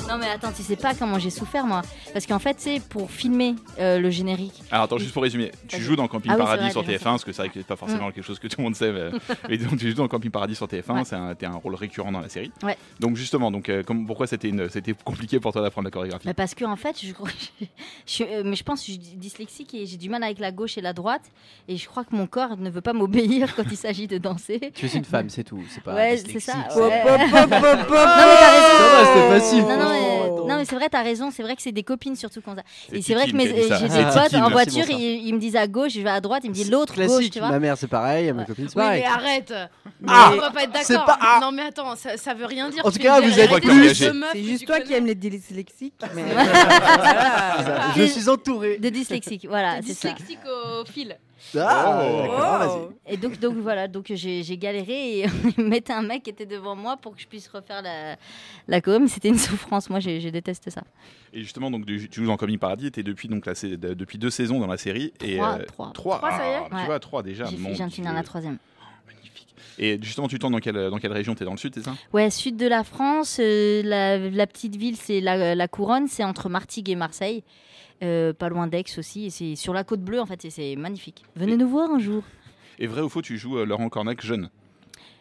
Speaker 8: Non, mais attends, tu sais pas comment j'ai souffert moi. Parce qu'en fait, c'est pour filmer euh, le générique.
Speaker 5: Alors attends, juste pour résumer, tu
Speaker 8: Vas-y.
Speaker 5: joues dans Camping
Speaker 8: Ah oui, c'est
Speaker 5: Paradis
Speaker 8: vrai,
Speaker 5: sur
Speaker 8: j'ai
Speaker 5: TF1, parce que c'est vrai que c'est pas forcément quelque chose que tout le monde sait,
Speaker 8: (laughs)
Speaker 5: mais, mais donc tu joues dans Camping Paradis sur TF1,
Speaker 8: Ouais.
Speaker 5: c'est un, t'es un rôle récurrent dans la série.
Speaker 8: Ouais.
Speaker 5: Donc justement, donc, euh, comme- pourquoi c'était une- c'était compliqué pour toi d'apprendre la chorégraphie
Speaker 8: Bah, parce que en fait, je, crois- je, suis- euh, mais je pense que je suis dyslexique et j'ai du mal avec la gauche et la droite. Et je crois que mon corps ne veut pas m'obéir quand il s'agit de danser.
Speaker 9: Tu es une femme, c'est tout. C'est pas
Speaker 8: Ouais, c'est
Speaker 9: dyslexique,
Speaker 8: ça.
Speaker 9: c'est-
Speaker 8: ouais.
Speaker 9: Non, mais t'as raison. Ça va, c'était facile.
Speaker 8: Non, non, mais,
Speaker 5: Oh,
Speaker 8: non, mais c'est vrai, t'as raison. C'est vrai que c'est des copines surtout qu'on ça. Et c'est vrai que
Speaker 5: Titine
Speaker 8: mes,
Speaker 5: qui a dit ça.
Speaker 8: j'ai des
Speaker 5: C'est
Speaker 8: potes
Speaker 5: Titine.
Speaker 8: en
Speaker 9: Merci
Speaker 8: voiture,
Speaker 9: pour ça.
Speaker 8: ils, ils me disent à gauche, je vais à droite, ils me disent l'autre gauche,
Speaker 9: Classique.
Speaker 8: tu vois.
Speaker 9: Ma mère, c'est pareil. Ma
Speaker 8: Ouais.
Speaker 9: copine, c'est
Speaker 7: Oui,
Speaker 9: pareil.
Speaker 7: mais arrête Mais
Speaker 9: Ah
Speaker 7: On va pas être
Speaker 9: C'est
Speaker 7: d'accord
Speaker 9: pas- ah
Speaker 7: Non, mais attends, ça, ça veut rien dire.
Speaker 9: En
Speaker 7: Tu
Speaker 9: tout cas,
Speaker 7: veux
Speaker 9: vous
Speaker 7: dire,
Speaker 9: êtes
Speaker 7: arrêtez
Speaker 5: plus-
Speaker 7: de dire meuf
Speaker 1: C'est
Speaker 7: que
Speaker 1: juste
Speaker 7: tu
Speaker 1: toi
Speaker 7: connais.
Speaker 1: qui aimes les dyslexiques. Mais...
Speaker 9: Ça,
Speaker 8: Des-
Speaker 9: Je suis entourée.
Speaker 8: De dyslexiques, voilà,
Speaker 7: T'es
Speaker 8: c'est ça.
Speaker 7: dyslexique au fil.
Speaker 9: Ah,
Speaker 5: Oh.
Speaker 9: d'accord, vas-y.
Speaker 8: Et donc, donc voilà, donc j'ai j'ai galéré et (laughs) ils mettaient un mec qui était devant moi pour que je puisse refaire la, la choré, mais C'était une souffrance, moi j'ai- je déteste ça.
Speaker 5: Et justement, donc, du- tu joues dans Camping Paradis, t'es depuis, donc, la sé- de- depuis deux saisons dans la série. Et,
Speaker 8: Trois,
Speaker 5: euh,
Speaker 8: trois.
Speaker 5: trois,
Speaker 7: Trois, ça y est
Speaker 5: ah, Tu
Speaker 8: Ouais.
Speaker 5: vois, trois déjà.
Speaker 8: J'ai
Speaker 5: mon
Speaker 8: fait- j'ai un
Speaker 5: Dieu.
Speaker 8: finir la troisième.
Speaker 5: Magnifique. Et justement, tu tournes dans quelle, dans quelle région T'es dans le sud, c'est ça
Speaker 8: Ouais, sud de la France, euh, la, la petite ville, c'est la, euh, la couronne, c'est entre Martigues et Marseille. Euh, pas loin d'Aix aussi, et c'est sur la côte bleue en fait, et c'est magnifique. Venez nous voir un jour.
Speaker 5: Et vrai ou faux, tu joues euh, Laurent Cornac jeune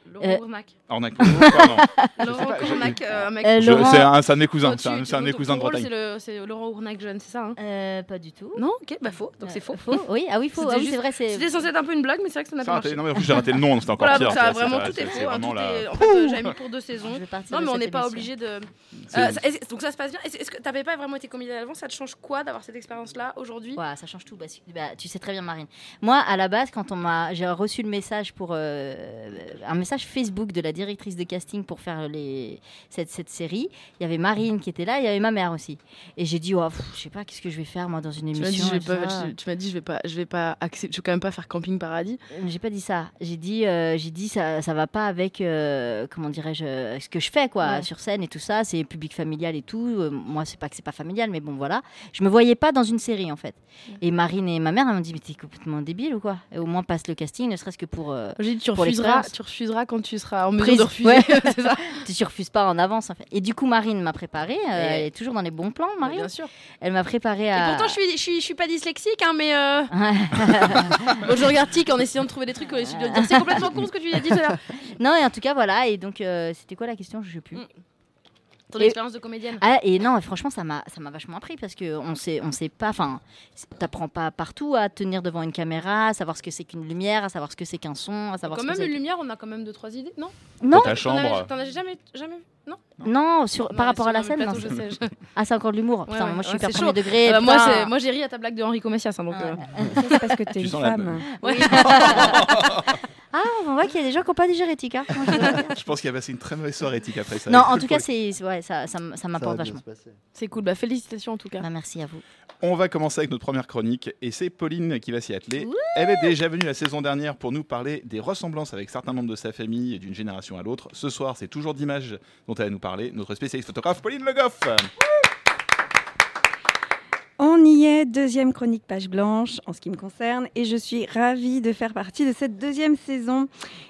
Speaker 8: Euh,
Speaker 7: Laurent Cormac.
Speaker 5: Ornac. (laughs) Pardon.
Speaker 7: Laurent
Speaker 5: pas, je-
Speaker 7: Cormac, euh, un mec.
Speaker 8: Euh,
Speaker 5: Je-
Speaker 8: Laurent,
Speaker 5: C'est un, c'est un de mes cousins.
Speaker 7: Toi,
Speaker 5: C'est un,
Speaker 7: tu-
Speaker 5: c'est un de mes
Speaker 7: ton
Speaker 5: cousins de
Speaker 7: rôle,
Speaker 5: Bretagne.
Speaker 7: c'est le- C'est Laurent Cormac jeune, c'est ça hein
Speaker 8: euh, pas du tout.
Speaker 7: Non, ok, bah faux, donc c'est
Speaker 8: Euh,
Speaker 7: faux.
Speaker 8: Oui, ah oui, faux.
Speaker 7: C'était
Speaker 8: Ah oui,
Speaker 7: juste-
Speaker 8: c'est vrai, c'est.
Speaker 7: C'était censé être un peu une blague, mais c'est vrai que ça n'a
Speaker 5: Ça,
Speaker 7: pas
Speaker 5: raté-
Speaker 7: marché.
Speaker 5: non, mais en plus, j'ai raté le nom, c'était encore
Speaker 7: Voilà,
Speaker 5: pire.
Speaker 7: donc ça a
Speaker 5: tu vois,
Speaker 7: vraiment
Speaker 5: c'est-
Speaker 7: tout est
Speaker 5: c'est
Speaker 7: faux. hein,
Speaker 5: vraiment
Speaker 7: tout
Speaker 5: la-
Speaker 7: est- En fait, euh, j'avais mis pour deux
Speaker 8: Je
Speaker 7: saisons.
Speaker 8: vais partir
Speaker 7: Non,
Speaker 8: de
Speaker 7: mais on
Speaker 8: cette
Speaker 7: n'est pas
Speaker 8: émission.
Speaker 7: obligé de.
Speaker 8: Ah,
Speaker 5: c'est-
Speaker 7: Euh, ça- est-ce- donc ça se passe bien. Est-ce est-ce que t'avais pas vraiment été comédienne avant Ça te change quoi d'avoir cette expérience-là aujourd'hui
Speaker 8: Ouais, ça change tout. Bah, si- bah, tu sais très bien, Marine. Moi, à la base, quand on m'a, j'ai reçu le message pour euh, un message Facebook de la directrice de casting pour faire les cette, cette série. Il y avait Marine qui était là, il y avait ma mère aussi. Et j'ai dit, oh, pff, je sais pas, qu'est-ce que je vais faire moi dans une
Speaker 7: Tu
Speaker 8: émission.
Speaker 7: m'as dit, je vais
Speaker 8: et tout
Speaker 7: pas,
Speaker 8: ça.
Speaker 7: je- tu m'as dit, je vais pas, je vais pas accepter, je vais quand même pas faire camping paradis.
Speaker 8: Euh, J'ai pas dit ça. J'ai dit, euh, j'ai dit ça, ça va pas avec, euh, comment dirais-je, euh, ce que je fais, quoi,
Speaker 7: Ouais.
Speaker 8: sur scène et tout ça. C'est public familial et tout. Euh, moi, c'est pas que c'est pas familial, mais bon, voilà. Je me voyais pas dans une série, en fait. Et Marine et ma mère, elles m'ont dit, mais t'es complètement débile ou quoi Et Au moins, passe le casting, ne serait-ce que pour. euh,
Speaker 7: J'ai dit, tu
Speaker 8: Pour
Speaker 7: refuseras,
Speaker 8: l'expérience.
Speaker 7: tu refuseras quand tu seras en mesure
Speaker 8: Prise.
Speaker 7: de refuser.
Speaker 8: Ouais.
Speaker 7: (laughs) c'est ça
Speaker 8: tu te refuses pas en avance, en fait. Et du coup, Marine m'a préparé.
Speaker 7: Et-
Speaker 8: elle est toujours dans les bons plans,
Speaker 7: Bah,
Speaker 8: Marine.
Speaker 7: Bien sûr.
Speaker 8: Elle m'a préparé à.
Speaker 7: Et pourtant, je suis, je suis, je suis pas dyslexique, hein, mais euh, (laughs) bon, je regarde Tic en essayant de trouver des trucs. euh, je suis de dire, C'est complètement con ce que tu as dit. tout à l'heure.
Speaker 8: non, et en tout cas, voilà. Et donc, euh, c'était quoi la question Je sais plus.
Speaker 7: Mm. Ton
Speaker 8: Et-
Speaker 7: expérience de comédienne.
Speaker 8: Ah, et non, franchement, ça m'a, ça m'a vachement appris parce que on sait, on sait pas, enfin, c'est- t'apprends pas partout à tenir devant une caméra, à savoir ce que c'est qu'une lumière, à savoir ce que c'est qu'un son, à savoir
Speaker 7: Quand
Speaker 8: ce que
Speaker 7: même,
Speaker 8: c'est.
Speaker 7: une lumière, on a quand même deux, trois idées, non
Speaker 5: Dans
Speaker 8: Non,
Speaker 5: ta
Speaker 7: T'en avais-
Speaker 5: chambre.
Speaker 7: T'en as jamais, jamais vu Non
Speaker 8: non, sur,
Speaker 7: Non,
Speaker 8: par rapport
Speaker 7: sur
Speaker 8: à la
Speaker 7: le
Speaker 8: scène, non,
Speaker 7: plateau, je sais, je-
Speaker 8: c'est- ah, c'est encore de l'humour.
Speaker 7: Ouais,
Speaker 8: putain,
Speaker 7: ouais,
Speaker 8: moi je suis
Speaker 7: ouais,
Speaker 8: hyper
Speaker 7: c'est
Speaker 8: premier degré.
Speaker 7: Euh, moi,
Speaker 8: putain. (laughs)
Speaker 7: c'est- moi, j'ai ri à ta blague de Henri Comessias, hein, donc.
Speaker 8: Ah,
Speaker 7: euh,
Speaker 1: C'est parce que t'es
Speaker 5: Tu
Speaker 1: une
Speaker 5: sens la-
Speaker 1: femme.
Speaker 8: Ah, on voit qu'il y a des gens qui n'ont pas digéré Tic. hein. (laughs) Moi, je dois le dire.
Speaker 5: Je pense qu'il a passé une très mauvaise soirée, Tic, après ça.
Speaker 8: non,
Speaker 5: Cool,
Speaker 8: en tout cas,
Speaker 5: cool.
Speaker 8: c'est, c'est- ouais, ça, ça, m- ça
Speaker 9: Ça va
Speaker 8: m'apporte
Speaker 9: bien
Speaker 8: vachement. (laughs)
Speaker 9: se passer.
Speaker 7: C'est cool, bah félicitations en tout cas.
Speaker 8: Bah, merci à vous.
Speaker 5: On va commencer avec notre première chronique et c'est Pauline qui va s'y atteler. Elle est déjà venue la saison dernière pour nous parler des ressemblances avec certains membres de sa famille et d'une génération à l'autre. Ce soir, c'est toujours d'images dont elle va nous parler. Notre spécialiste photographe, Pauline Le Goff.
Speaker 1: On y est, deuxième chronique page blanche en ce qui me concerne, et je suis ravie de faire partie de cette deuxième saison.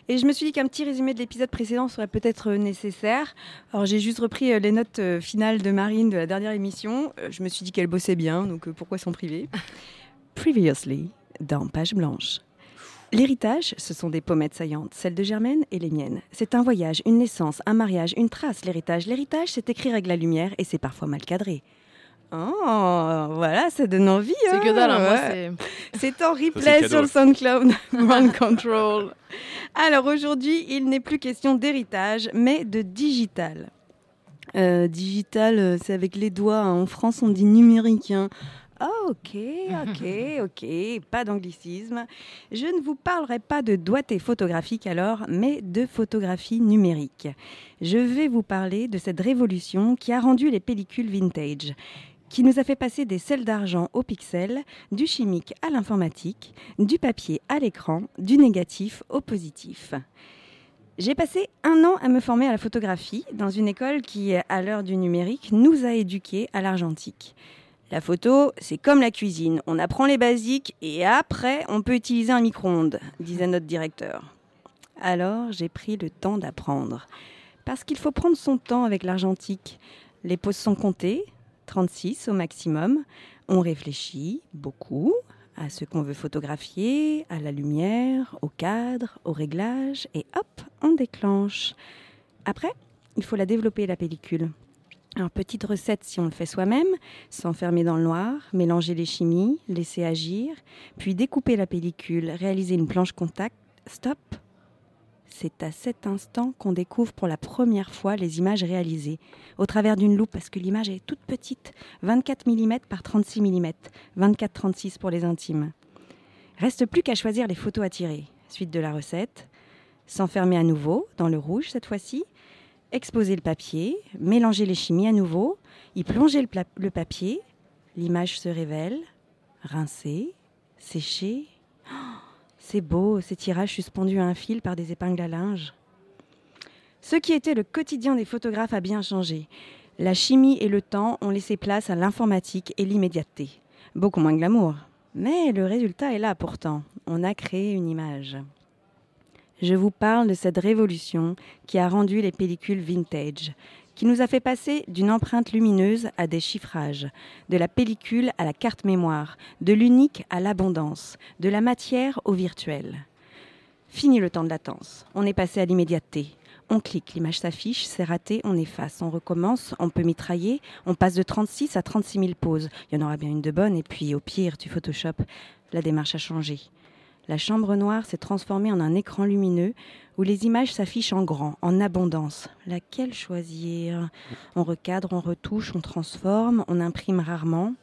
Speaker 1: Et je me suis dit qu'un petit résumé de l'épisode précédent serait peut-être euh, nécessaire. Alors j'ai juste repris euh, les notes euh, finales de Marine de la dernière émission. Euh, Je me suis dit qu'elle bossait bien, donc euh, pourquoi s'en priver (laughs) Previously, dans page blanche. L'héritage, ce sont des pommettes saillantes, celles de Germaine et les miennes. C'est un voyage, une naissance, un mariage, une trace, l'héritage. L'héritage, c'est écrire avec la lumière et c'est parfois mal cadré. Oh, voilà, ça donne envie.
Speaker 7: C'est
Speaker 1: hein,
Speaker 7: que dalle, hein, moi,
Speaker 1: ouais.
Speaker 7: c'est.
Speaker 1: C'est en
Speaker 5: c'est
Speaker 1: replay
Speaker 5: cadeau.
Speaker 1: sur le SoundCloud (laughs) Ground Control. Alors aujourd'hui, il n'est plus question d'héritage, mais de digital. Euh, digital, euh, c'est avec les doigts. hein. En France, on dit numérique. hein. Ah, ok, ok, ok, pas d'anglicisme. Je ne vous parlerai pas de doigté photographique alors, mais de photographie numérique. Je vais vous parler de cette révolution qui a rendu les pellicules vintage, qui nous a fait passer des sels d'argent au pixel, du chimique à l'informatique, du papier à l'écran, du négatif au positif. J'ai passé un an à me former à la photographie dans une école qui, à l'heure du numérique, nous a éduqués à l'argentique. La photo, c'est comme la cuisine. On apprend les basiques et après, on peut utiliser un micro-ondes, disait notre directeur. Alors, j'ai pris le temps d'apprendre. Parce qu'il faut prendre son temps avec l'argentique. Les poses sont comptées, 36 au maximum. On réfléchit beaucoup à ce qu'on veut photographier, à la lumière, au cadre, au réglage, et hop, on déclenche. Après, il faut la développer, la pellicule. Alors, petite recette si on le fait soi-même, s'enfermer dans le noir, mélanger les chimies, laisser agir, puis découper la pellicule, réaliser une planche contact, stop. C'est à cet instant qu'on découvre pour la première fois les images réalisées, au travers d'une loupe, parce que l'image est toute petite, 24 mm par 36 mm, 24-36 pour les intimes. Reste plus qu'à choisir les photos à tirer. Suite de la recette, s'enfermer à nouveau, dans le rouge cette fois-ci, exposer le papier, mélanger les chimies à nouveau, y plonger le, pla- le papier, l'image se révèle, rincer, sécher. Oh, c'est beau, ces tirages suspendus à un fil par des épingles à linge. Ce qui était le quotidien des photographes a bien changé. La chimie et le temps ont laissé place à l'informatique et l'immédiateté. Beaucoup moins de glamour. Mais le résultat est là pourtant. On a créé une image. Je vous parle de cette révolution qui a rendu les pellicules vintage, qui nous a fait passer d'une empreinte lumineuse à des chiffrages, de la pellicule à la carte mémoire, de l'unique à l'abondance, de la matière au virtuel. Fini le temps de latence, on est passé à l'immédiateté. On clique, l'image s'affiche, c'est raté, on efface, on recommence, on peut mitrailler, on passe de 36 à 36 000 poses. Il y en aura bien une de bonne, et puis au pire, tu Photoshop. La démarche a changé. La chambre noire s'est transformée en un écran lumineux où les images s'affichent en grand, en abondance. Laquelle choisir On recadre, on retouche, on transforme, on imprime rarement.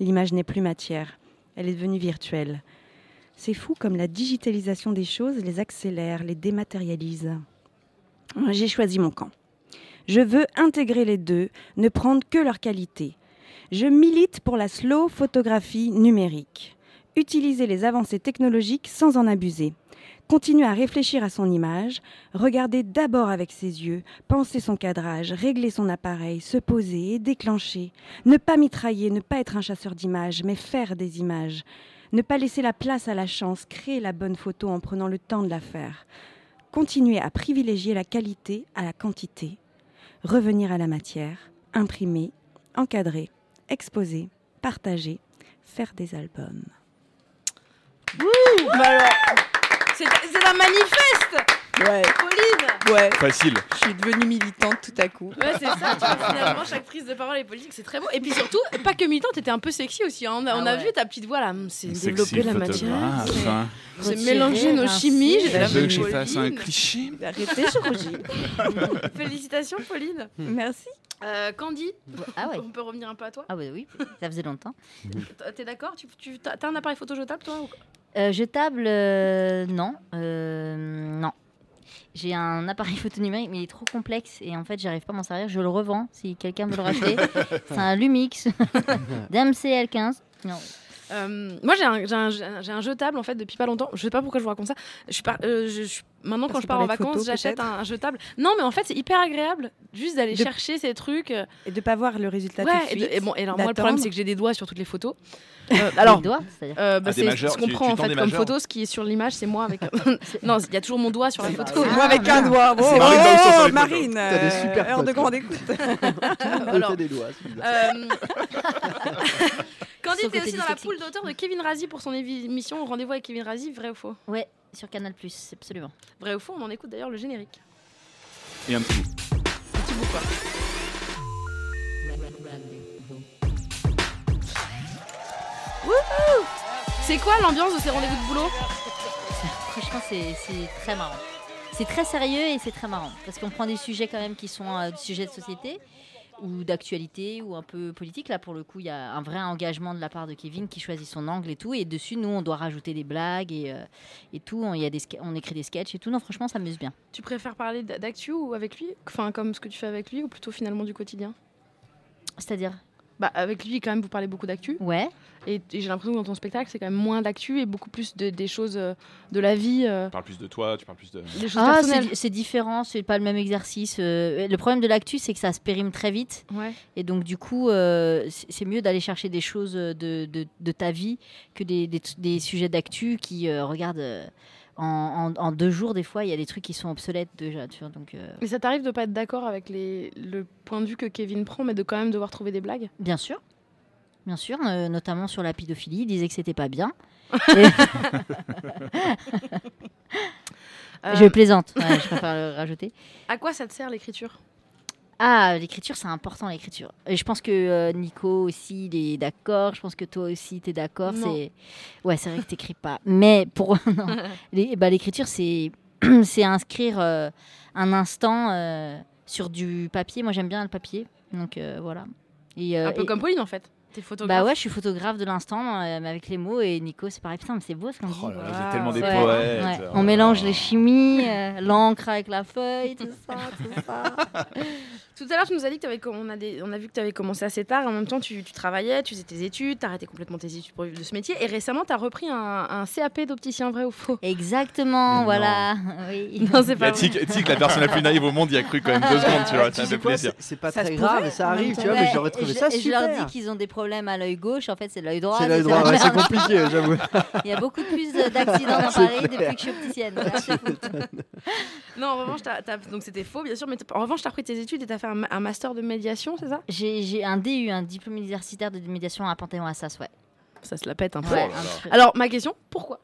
Speaker 1: L'image n'est plus matière, elle est devenue virtuelle. C'est fou comme la digitalisation des choses les accélère, les dématérialise. J'ai choisi mon camp. Je veux intégrer les deux, ne prendre que leur qualité. Je milite pour la slow photographie numérique utiliser les avancées technologiques sans en abuser. Continuer à réfléchir à son image, regarder d'abord avec ses yeux, penser son cadrage, régler son appareil, se poser et déclencher. Ne pas mitrailler, ne pas être un chasseur d'images, mais faire des images. Ne pas laisser la place à la chance, créer la bonne photo en prenant le temps de la faire. Continuer à privilégier la qualité à la quantité. Revenir à la matière, imprimer, encadrer, exposer, partager, faire des albums.
Speaker 10: C'est c'est un manifeste,
Speaker 11: Ouais,
Speaker 10: Pauline
Speaker 11: ouais.
Speaker 5: Facile.
Speaker 11: Je suis devenue militante tout à coup.
Speaker 7: Ouais, c'est ça, tu vois, finalement, chaque prise de parole est politique, c'est très beau. Et puis surtout, pas que militante, t'étais un peu sexy aussi. hein. On a, on a
Speaker 11: Ah ouais.
Speaker 7: vu ta petite voix là, hum, c'est développer la matière.
Speaker 5: photographe, hein.
Speaker 7: C'est mélanger nos chimies. j'étais là,
Speaker 5: Tu veux que je
Speaker 7: Pauline.
Speaker 5: fasse un cliché
Speaker 11: Arrêtez, je rougis.
Speaker 7: Félicitations, Pauline.
Speaker 1: (laughs) Merci.
Speaker 7: Euh, Candy,
Speaker 8: Ah ouais.
Speaker 7: on peut revenir un peu à toi.
Speaker 8: Ah oui, oui, ça faisait longtemps.
Speaker 7: T- T'es d'accord tu, tu, T'as t'as un appareil photo jetable, toi ou-
Speaker 8: Euh, jetable, euh, non. euh, non. J'ai un appareil (laughs) photo numérique, mais il est trop complexe et en fait, j'arrive pas à m'en servir. Je le revends si quelqu'un veut le racheter. C'est un Lumix (laughs) d'MCL15. Non.
Speaker 7: Euh, moi, j'ai un, j'ai un- j'ai un- j'ai un jetable en fait depuis pas longtemps. Je sais pas pourquoi je vous raconte ça. Je suis par- euh, je- je suis- maintenant quand
Speaker 1: Parce
Speaker 7: je
Speaker 1: que
Speaker 7: pars
Speaker 1: pour
Speaker 7: en
Speaker 1: les
Speaker 7: vacances,
Speaker 1: photos,
Speaker 7: j'achète
Speaker 1: peut-être
Speaker 7: un, un jetable. Non, mais en fait, c'est hyper agréable juste d'aller
Speaker 1: De-
Speaker 7: chercher ces trucs. euh,
Speaker 1: Et de pas voir le résultat
Speaker 7: ouais.
Speaker 1: tout de
Speaker 7: Et,
Speaker 1: suite.
Speaker 7: de- et bon, et alors moi, le
Speaker 1: d'attendre.
Speaker 7: problème c'est que j'ai des doigts sur toutes les photos. Euh, alors.
Speaker 8: Les doigts, c'est-à-dire.
Speaker 7: euh, bah,
Speaker 5: Ah, des
Speaker 7: c'est
Speaker 5: majeurs,
Speaker 7: ce qu'on
Speaker 5: tu-
Speaker 7: prend
Speaker 5: tu
Speaker 7: en
Speaker 5: tends
Speaker 7: fait
Speaker 5: des
Speaker 7: comme
Speaker 5: majeurs.
Speaker 7: photo, ce qui est sur l'image, c'est
Speaker 1: (laughs)
Speaker 7: moi avec. euh, non, il y a toujours mon doigt sur la photo.
Speaker 11: Moi
Speaker 1: Ah,
Speaker 11: avec un doigt. Bon,
Speaker 5: C'est Marine
Speaker 11: oh,
Speaker 5: Bansot sur les photos.
Speaker 1: Marine,
Speaker 11: T'as des super
Speaker 1: euh, heure
Speaker 11: potes,
Speaker 1: de
Speaker 11: toi.
Speaker 1: grande écoute.
Speaker 7: Alors,
Speaker 11: des doigts.
Speaker 1: (laughs)
Speaker 7: Euh, Candide
Speaker 8: Sauf que
Speaker 7: était
Speaker 8: t'es
Speaker 7: aussi dans la
Speaker 8: dyslexique.
Speaker 7: poule d'auteur de Kevin Razi pour son évi- émission Rendez-vous avec Kevin Razi, vrai ou faux
Speaker 8: Ouais, sur Canal Plus, absolument.
Speaker 7: Vrai ou faux, on en écoute d'ailleurs le générique.
Speaker 5: Et un petit bout.
Speaker 7: C'est quoi l'ambiance de ces rendez-vous de boulot
Speaker 8: Franchement, c'est c'est très marrant. C'est très sérieux et c'est très marrant parce qu'on prend des sujets quand même qui sont euh, des sujets de société, ou d'actualité ou un peu politique. Là, pour le coup, il y a un vrai engagement de la part de Kevin qui choisit son angle et tout. Et dessus, nous, on doit rajouter des blagues et, euh, et tout. On, il y a des, ske- on écrit des sketchs et tout. Non, franchement, ça m'amuse bien.
Speaker 7: Tu préfères parler d- d'actu ou avec lui Enfin, comme ce que tu fais avec lui ou plutôt finalement du quotidien
Speaker 8: C'est-à-dire
Speaker 7: bah, Avec lui, quand même, vous parlez beaucoup d'actu.
Speaker 8: Ouais.
Speaker 7: Et, et j'ai l'impression que dans ton spectacle, c'est quand même moins d'actu et beaucoup plus de, des choses euh, de la vie. euh,
Speaker 5: Tu parles plus de toi, tu parles plus de.
Speaker 7: Des choses
Speaker 8: Ah,
Speaker 7: personnelles.
Speaker 8: c'est- c'est différent, c'est pas le même exercice. euh, le problème de l'actu, c'est que ça se périme très vite. Et donc, du coup, euh, c'est c'est mieux d'aller chercher des choses de, de- de ta vie que des, des- des sujets d'actu qui euh, regardent. euh, en, en- en deux jours, des fois, il y a des trucs qui sont obsolètes déjà. Tu vois, donc, euh,
Speaker 7: Mais ça t'arrive de pas être d'accord avec les, le point de vue que Kevin prend, mais de quand même devoir trouver des blagues
Speaker 8: Bien sûr. Bien sûr, euh, notamment sur la pédophilie, il disait que c'était pas bien. Je
Speaker 7: Euh,
Speaker 8: plaisante, ouais, je préfère le rajouter.
Speaker 7: À quoi ça te sert l'écriture
Speaker 8: Ah, l'écriture, c'est important, l'écriture. Et je pense que euh, Nico aussi, il est d'accord. Je pense que toi aussi, tu es d'accord.
Speaker 7: Non.
Speaker 8: C'est... Ouais, c'est vrai que t'écris pas. Mais pour. (laughs) non. Les- bah, l'écriture, c'est... (clears throat) c'est inscrire euh, un instant euh, sur du papier. Moi, j'aime bien le papier. Donc euh, voilà. Et, euh,
Speaker 7: Un peu
Speaker 8: et-
Speaker 7: comme Pauline en fait. T'es photographe.
Speaker 8: Bah ouais, je suis photographe de l'instant, euh, mais avec les mots. Et Nico, c'est pareil. Putain, mais c'est beau ce qu'on dit.
Speaker 5: Oh là là, vous êtes tellement des
Speaker 8: Ouais,
Speaker 5: poètes.
Speaker 8: ouais.
Speaker 5: Oh
Speaker 8: On
Speaker 5: là
Speaker 8: mélange
Speaker 5: là.
Speaker 8: les chimies, euh, l'encre avec la feuille, tout ça, tout
Speaker 5: (laughs)
Speaker 8: ça.
Speaker 7: Tout à l'heure, tu nous as dit que t'avais com- on a, des- on a vu que tu avais commencé assez tard. En même temps, tu, tu travaillais, tu faisais tes études, tu arrêté complètement tes études pour vivre de ce métier. Et récemment, tu as repris un, un CAP d'opticien vrai ou faux. (laughs)
Speaker 8: Exactement,
Speaker 7: Mais
Speaker 8: voilà. (laughs)
Speaker 9: (laughs)
Speaker 8: Oui.
Speaker 7: Non, c'est
Speaker 5: La tic, tic, la personne la plus naïve au monde y a cru quand même deux secondes, tu vois, ça fait plaisir.
Speaker 9: C'est pas très grave, ça arrive, tu vois, mais j'aurais trouvé
Speaker 8: et je,
Speaker 9: ça
Speaker 8: et je leur dis
Speaker 9: super.
Speaker 8: qu'ils ont des problèmes à l'œil gauche, en fait, c'est l'œil droit.
Speaker 9: C'est l'œil droit,
Speaker 8: ça.
Speaker 9: ouais,
Speaker 8: (laughs)
Speaker 9: c'est compliqué, j'avoue.
Speaker 8: Il y a beaucoup plus euh, d'accidents dans
Speaker 9: (laughs) C'est
Speaker 8: Paris
Speaker 9: clair.
Speaker 8: depuis que je suis opticienne.
Speaker 9: (laughs)
Speaker 8: C'est fou.
Speaker 7: Non, en revanche, t'as- t'as- donc c'était faux, bien sûr. Mais t'as- en revanche, tu as repris tes études et tu as fait un, ma- un master de médiation, c'est ça
Speaker 8: J'ai j'ai un DU, un diplôme universitaire de médiation à Panthéon-Assas, ouais.
Speaker 7: Ça se la pète un peu.
Speaker 8: Ouais,
Speaker 7: Oh là
Speaker 8: un
Speaker 7: là.
Speaker 8: peu.
Speaker 7: Alors, ma question, pourquoi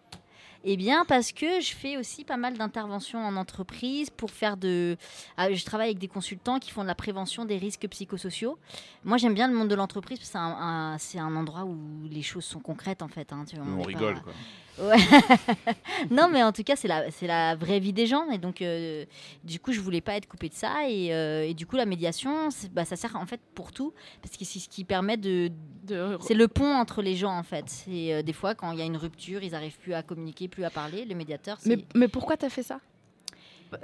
Speaker 8: Eh bien, parce que je fais aussi pas mal d'interventions en entreprise pour faire de. Ah, Je travaille avec des consultants qui font de la prévention des risques psychosociaux. Moi, j'aime bien le monde de l'entreprise parce que c'est un, un- c'est un endroit où les choses sont concrètes, en fait. hein, tu vois,
Speaker 5: Où on
Speaker 8: n'est pas-
Speaker 5: rigole, quoi.
Speaker 8: Ouais. non, mais en tout cas, c'est la, c'est la vraie vie des gens. Et donc, euh, du coup, je voulais pas être coupée de ça. Et, euh, et du coup, la médiation, c'est- bah, ça sert en fait pour tout. Parce que c'est ce qui permet de.
Speaker 7: De-
Speaker 8: C'est le pont entre les gens, en fait. C'est euh, des fois, quand il y a une rupture, ils arrivent plus à communiquer, plus à parler. Le médiateur, c'est.
Speaker 7: mais, mais pourquoi tu as fait ça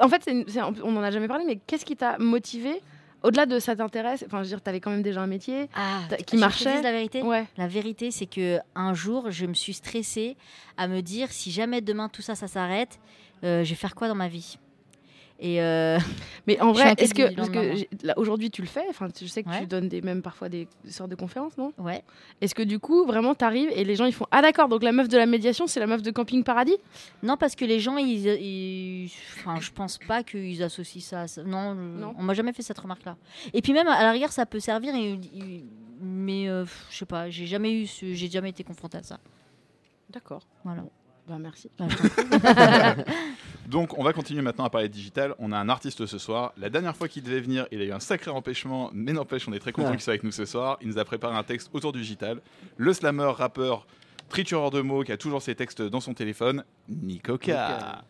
Speaker 7: En fait, c'est une- c'est- on n'en a jamais parlé, mais qu'est-ce qui t'a motivé au-delà de ça t'intéresse, enfin je veux dire, t'avais quand même déjà un métier t'as- qui
Speaker 8: Ah, Je te
Speaker 7: marchait.
Speaker 8: dise la vérité
Speaker 7: Ouais.
Speaker 8: La vérité, c'est que un jour, je me suis stressée à me dire si jamais demain tout ça, ça s'arrête, euh, je vais faire quoi dans ma vie Et euh, (laughs)
Speaker 7: Mais en
Speaker 8: je suis
Speaker 7: vrai,
Speaker 8: en quête
Speaker 7: est-ce que,
Speaker 8: du
Speaker 7: parce que
Speaker 8: lendemain.
Speaker 7: j'ai- là, aujourd'hui tu le fais Enfin, tu- je sais que tu donnes des, même parfois des sortes de conférences, non
Speaker 8: Ouais.
Speaker 7: Est-ce que du coup vraiment t'arrives et les gens ils font ah d'accord donc la meuf de la médiation c'est la meuf de Camping Paradis
Speaker 8: Non parce que les gens ils, ils- enfin je pense pas qu'ils associent ça. à ça. Non, je- on m'a jamais fait cette remarque là. Et puis même à la rigueur ça peut servir, et- et- mais euh, pff, je sais pas, j'ai jamais eu, ce- j'ai jamais été confrontée à ça.
Speaker 7: D'accord.
Speaker 8: Voilà.
Speaker 6: (laughs)
Speaker 7: Bah
Speaker 10: (laughs)
Speaker 7: merci.
Speaker 5: Donc, on va continuer maintenant à parler de digital. On a un artiste ce soir. La dernière fois qu'il devait venir, il a eu un sacré empêchement, mais n'empêche, on est très content
Speaker 9: Ouais.
Speaker 5: qu'il soit avec nous ce soir. Il nous a préparé un texte autour du digital. Le slammer, rappeur, tritureur de mots qui a toujours ses textes dans son téléphone, Nico K.
Speaker 9: Nicoca.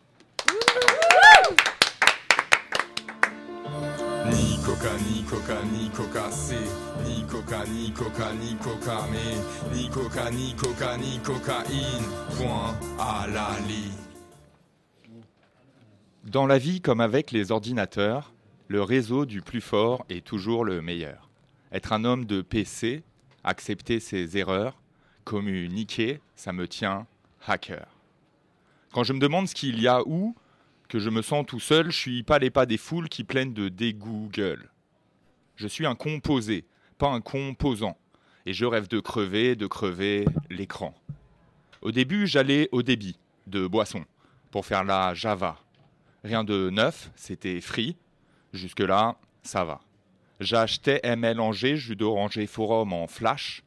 Speaker 12: Nicoca, Nicoca, Nicoca, c'est Nicoca, Nicoca, Nicoca, mais Nicoca, Nicoca, Nicocaïne, point à la ligne.
Speaker 6: Dans la vie comme avec les ordinateurs, le réseau du plus fort est toujours le meilleur. Être un homme de PC, accepter ses erreurs, communiquer, ça me tient hacker. Quand je me demande ce qu'il y a où, que je me sens tout seul, je suis pas les pas des foules qui plaignent de dégoût gueule. Je suis un composé, pas un composant. Et je rêve de crever, de crever l'écran. Au début, j'allais au débit de boisson pour faire la Java. Rien de neuf, c'était free. Jusque-là, ça va. J'achetais MLAnger, jus d'oranger forum en flash,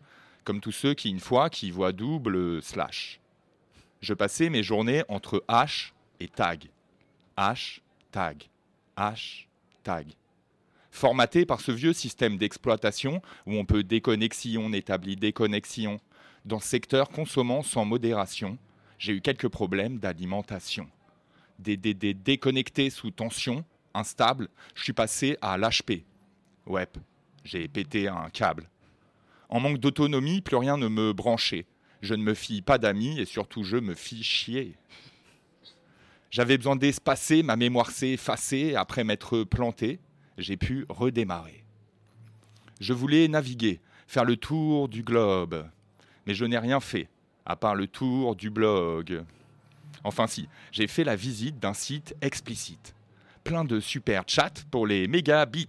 Speaker 6: comme tous ceux qui, une fois, qui voient double euh, slash. Je passais mes journées entre hash et tag. Hash, tag. Hash, tag formaté par ce vieux système d'exploitation où on peut déconnexion, établit déconnexion. Dans ce secteur consommant sans modération, j'ai eu quelques problèmes d'alimentation. Des, des- des déconnectés sous tension, instable, je suis passé à l'HP. Web, J'ai pété un câble. En manque d'autonomie, plus rien ne me branchait. Je ne me fis pas d'amis et surtout je me fis chier. J'avais besoin d'espacer, ma mémoire s'est effacée. Après m'être planté, j'ai pu redémarrer. Je voulais naviguer, faire le tour du globe, mais je n'ai rien fait, à part le tour du blog. Enfin si, j'ai fait la visite d'un site explicite, plein de super chats pour les mégabits.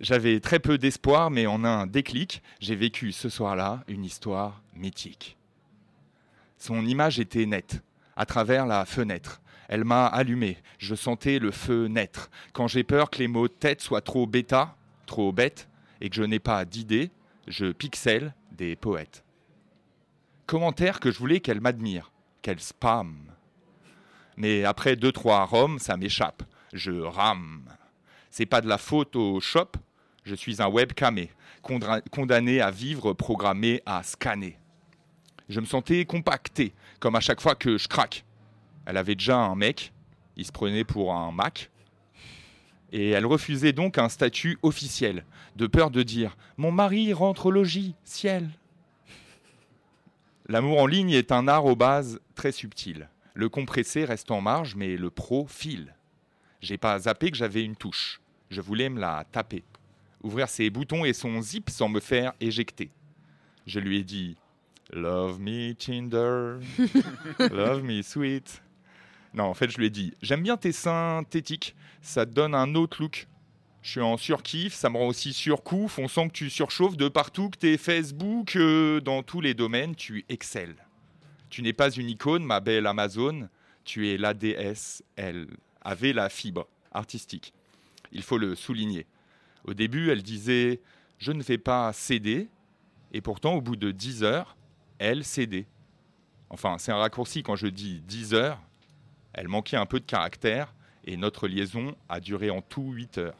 Speaker 6: J'avais très peu d'espoir, mais en un déclic, j'ai vécu ce soir-là une histoire mythique. Son image était nette, à travers la fenêtre. Elle m'a allumé, je sentais le feu naître. Quand j'ai peur que les mots tête soient trop bêta, trop bêtes, et que je n'ai pas d'idée, je pixel des poètes. Commentaire que je voulais qu'elle m'admire, qu'elle spam. Mais après deux, trois roms, ça m'échappe. Je rame. C'est pas de la faute au shop, je suis un webcamé, condra- condamné à vivre, programmé à scanner. Je me sentais compacté, comme à chaque fois que je craque. Elle avait déjà un mec, il se prenait pour un Mac, et elle refusait donc un statut officiel, de peur de dire Mon mari rentre au logis, ciel. L'amour en ligne est un art aux bases très subtil. Le compressé reste en marge, mais le pro file. J'ai pas zappé que j'avais une touche. Je voulais me la taper. Ouvrir ses boutons et son zip sans me faire éjecter. Je lui ai dit Love me Tinder, (laughs) love me sweet. Non, en fait, je lui ai dit J'aime bien tes synthétiques, ça te donne un autre look. Je suis en surkiff, ça me rend aussi surcouf, on sent que tu surchauffes de partout, que t'es Facebook, euh, dans tous les domaines, tu excelles. Tu n'es pas une icône, ma belle Amazon, tu es la déesse, elle avait la fibre artistique. Il faut le souligner. Au début, elle disait Je ne vais pas céder, et pourtant, au bout de 10 heures, elle cédait. Enfin, c'est un raccourci quand je dis 10 heures, elle manquait un peu de caractère, et notre liaison a duré en tout 8 heures.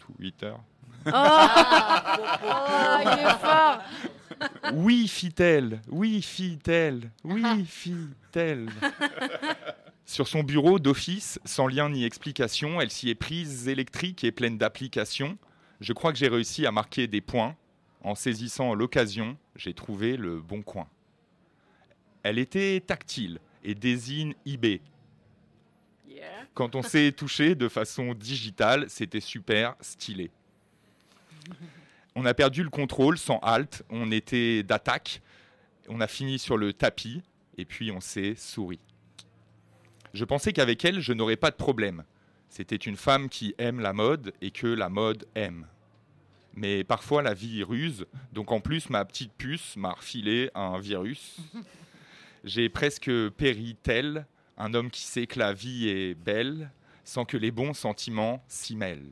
Speaker 6: Tout 8 heures
Speaker 7: Oh, Ah, il est fort
Speaker 6: Oui, fit-elle. Oui, fit-elle. Oui, fit-elle. Sur son bureau d'office, sans lien ni explication, elle s'y est prise électrique et pleine d'applications. Je crois que j'ai réussi à marquer des points. En saisissant l'occasion, j'ai trouvé le bon coin. Elle était tactile et désigne eBay. Quand on s'est touché de façon digitale, c'était super stylé. On a perdu le contrôle sans halte, on était d'attaque, on a fini sur le tapis et puis on s'est souri. Je pensais qu'avec elle, je n'aurais pas de problème. C'était une femme qui aime la mode et que la mode aime. Mais parfois la vie ruse, donc en plus ma petite puce m'a refilé un virus. J'ai presque péri tel un homme qui sait que la vie est belle sans que les bons sentiments s'y mêlent.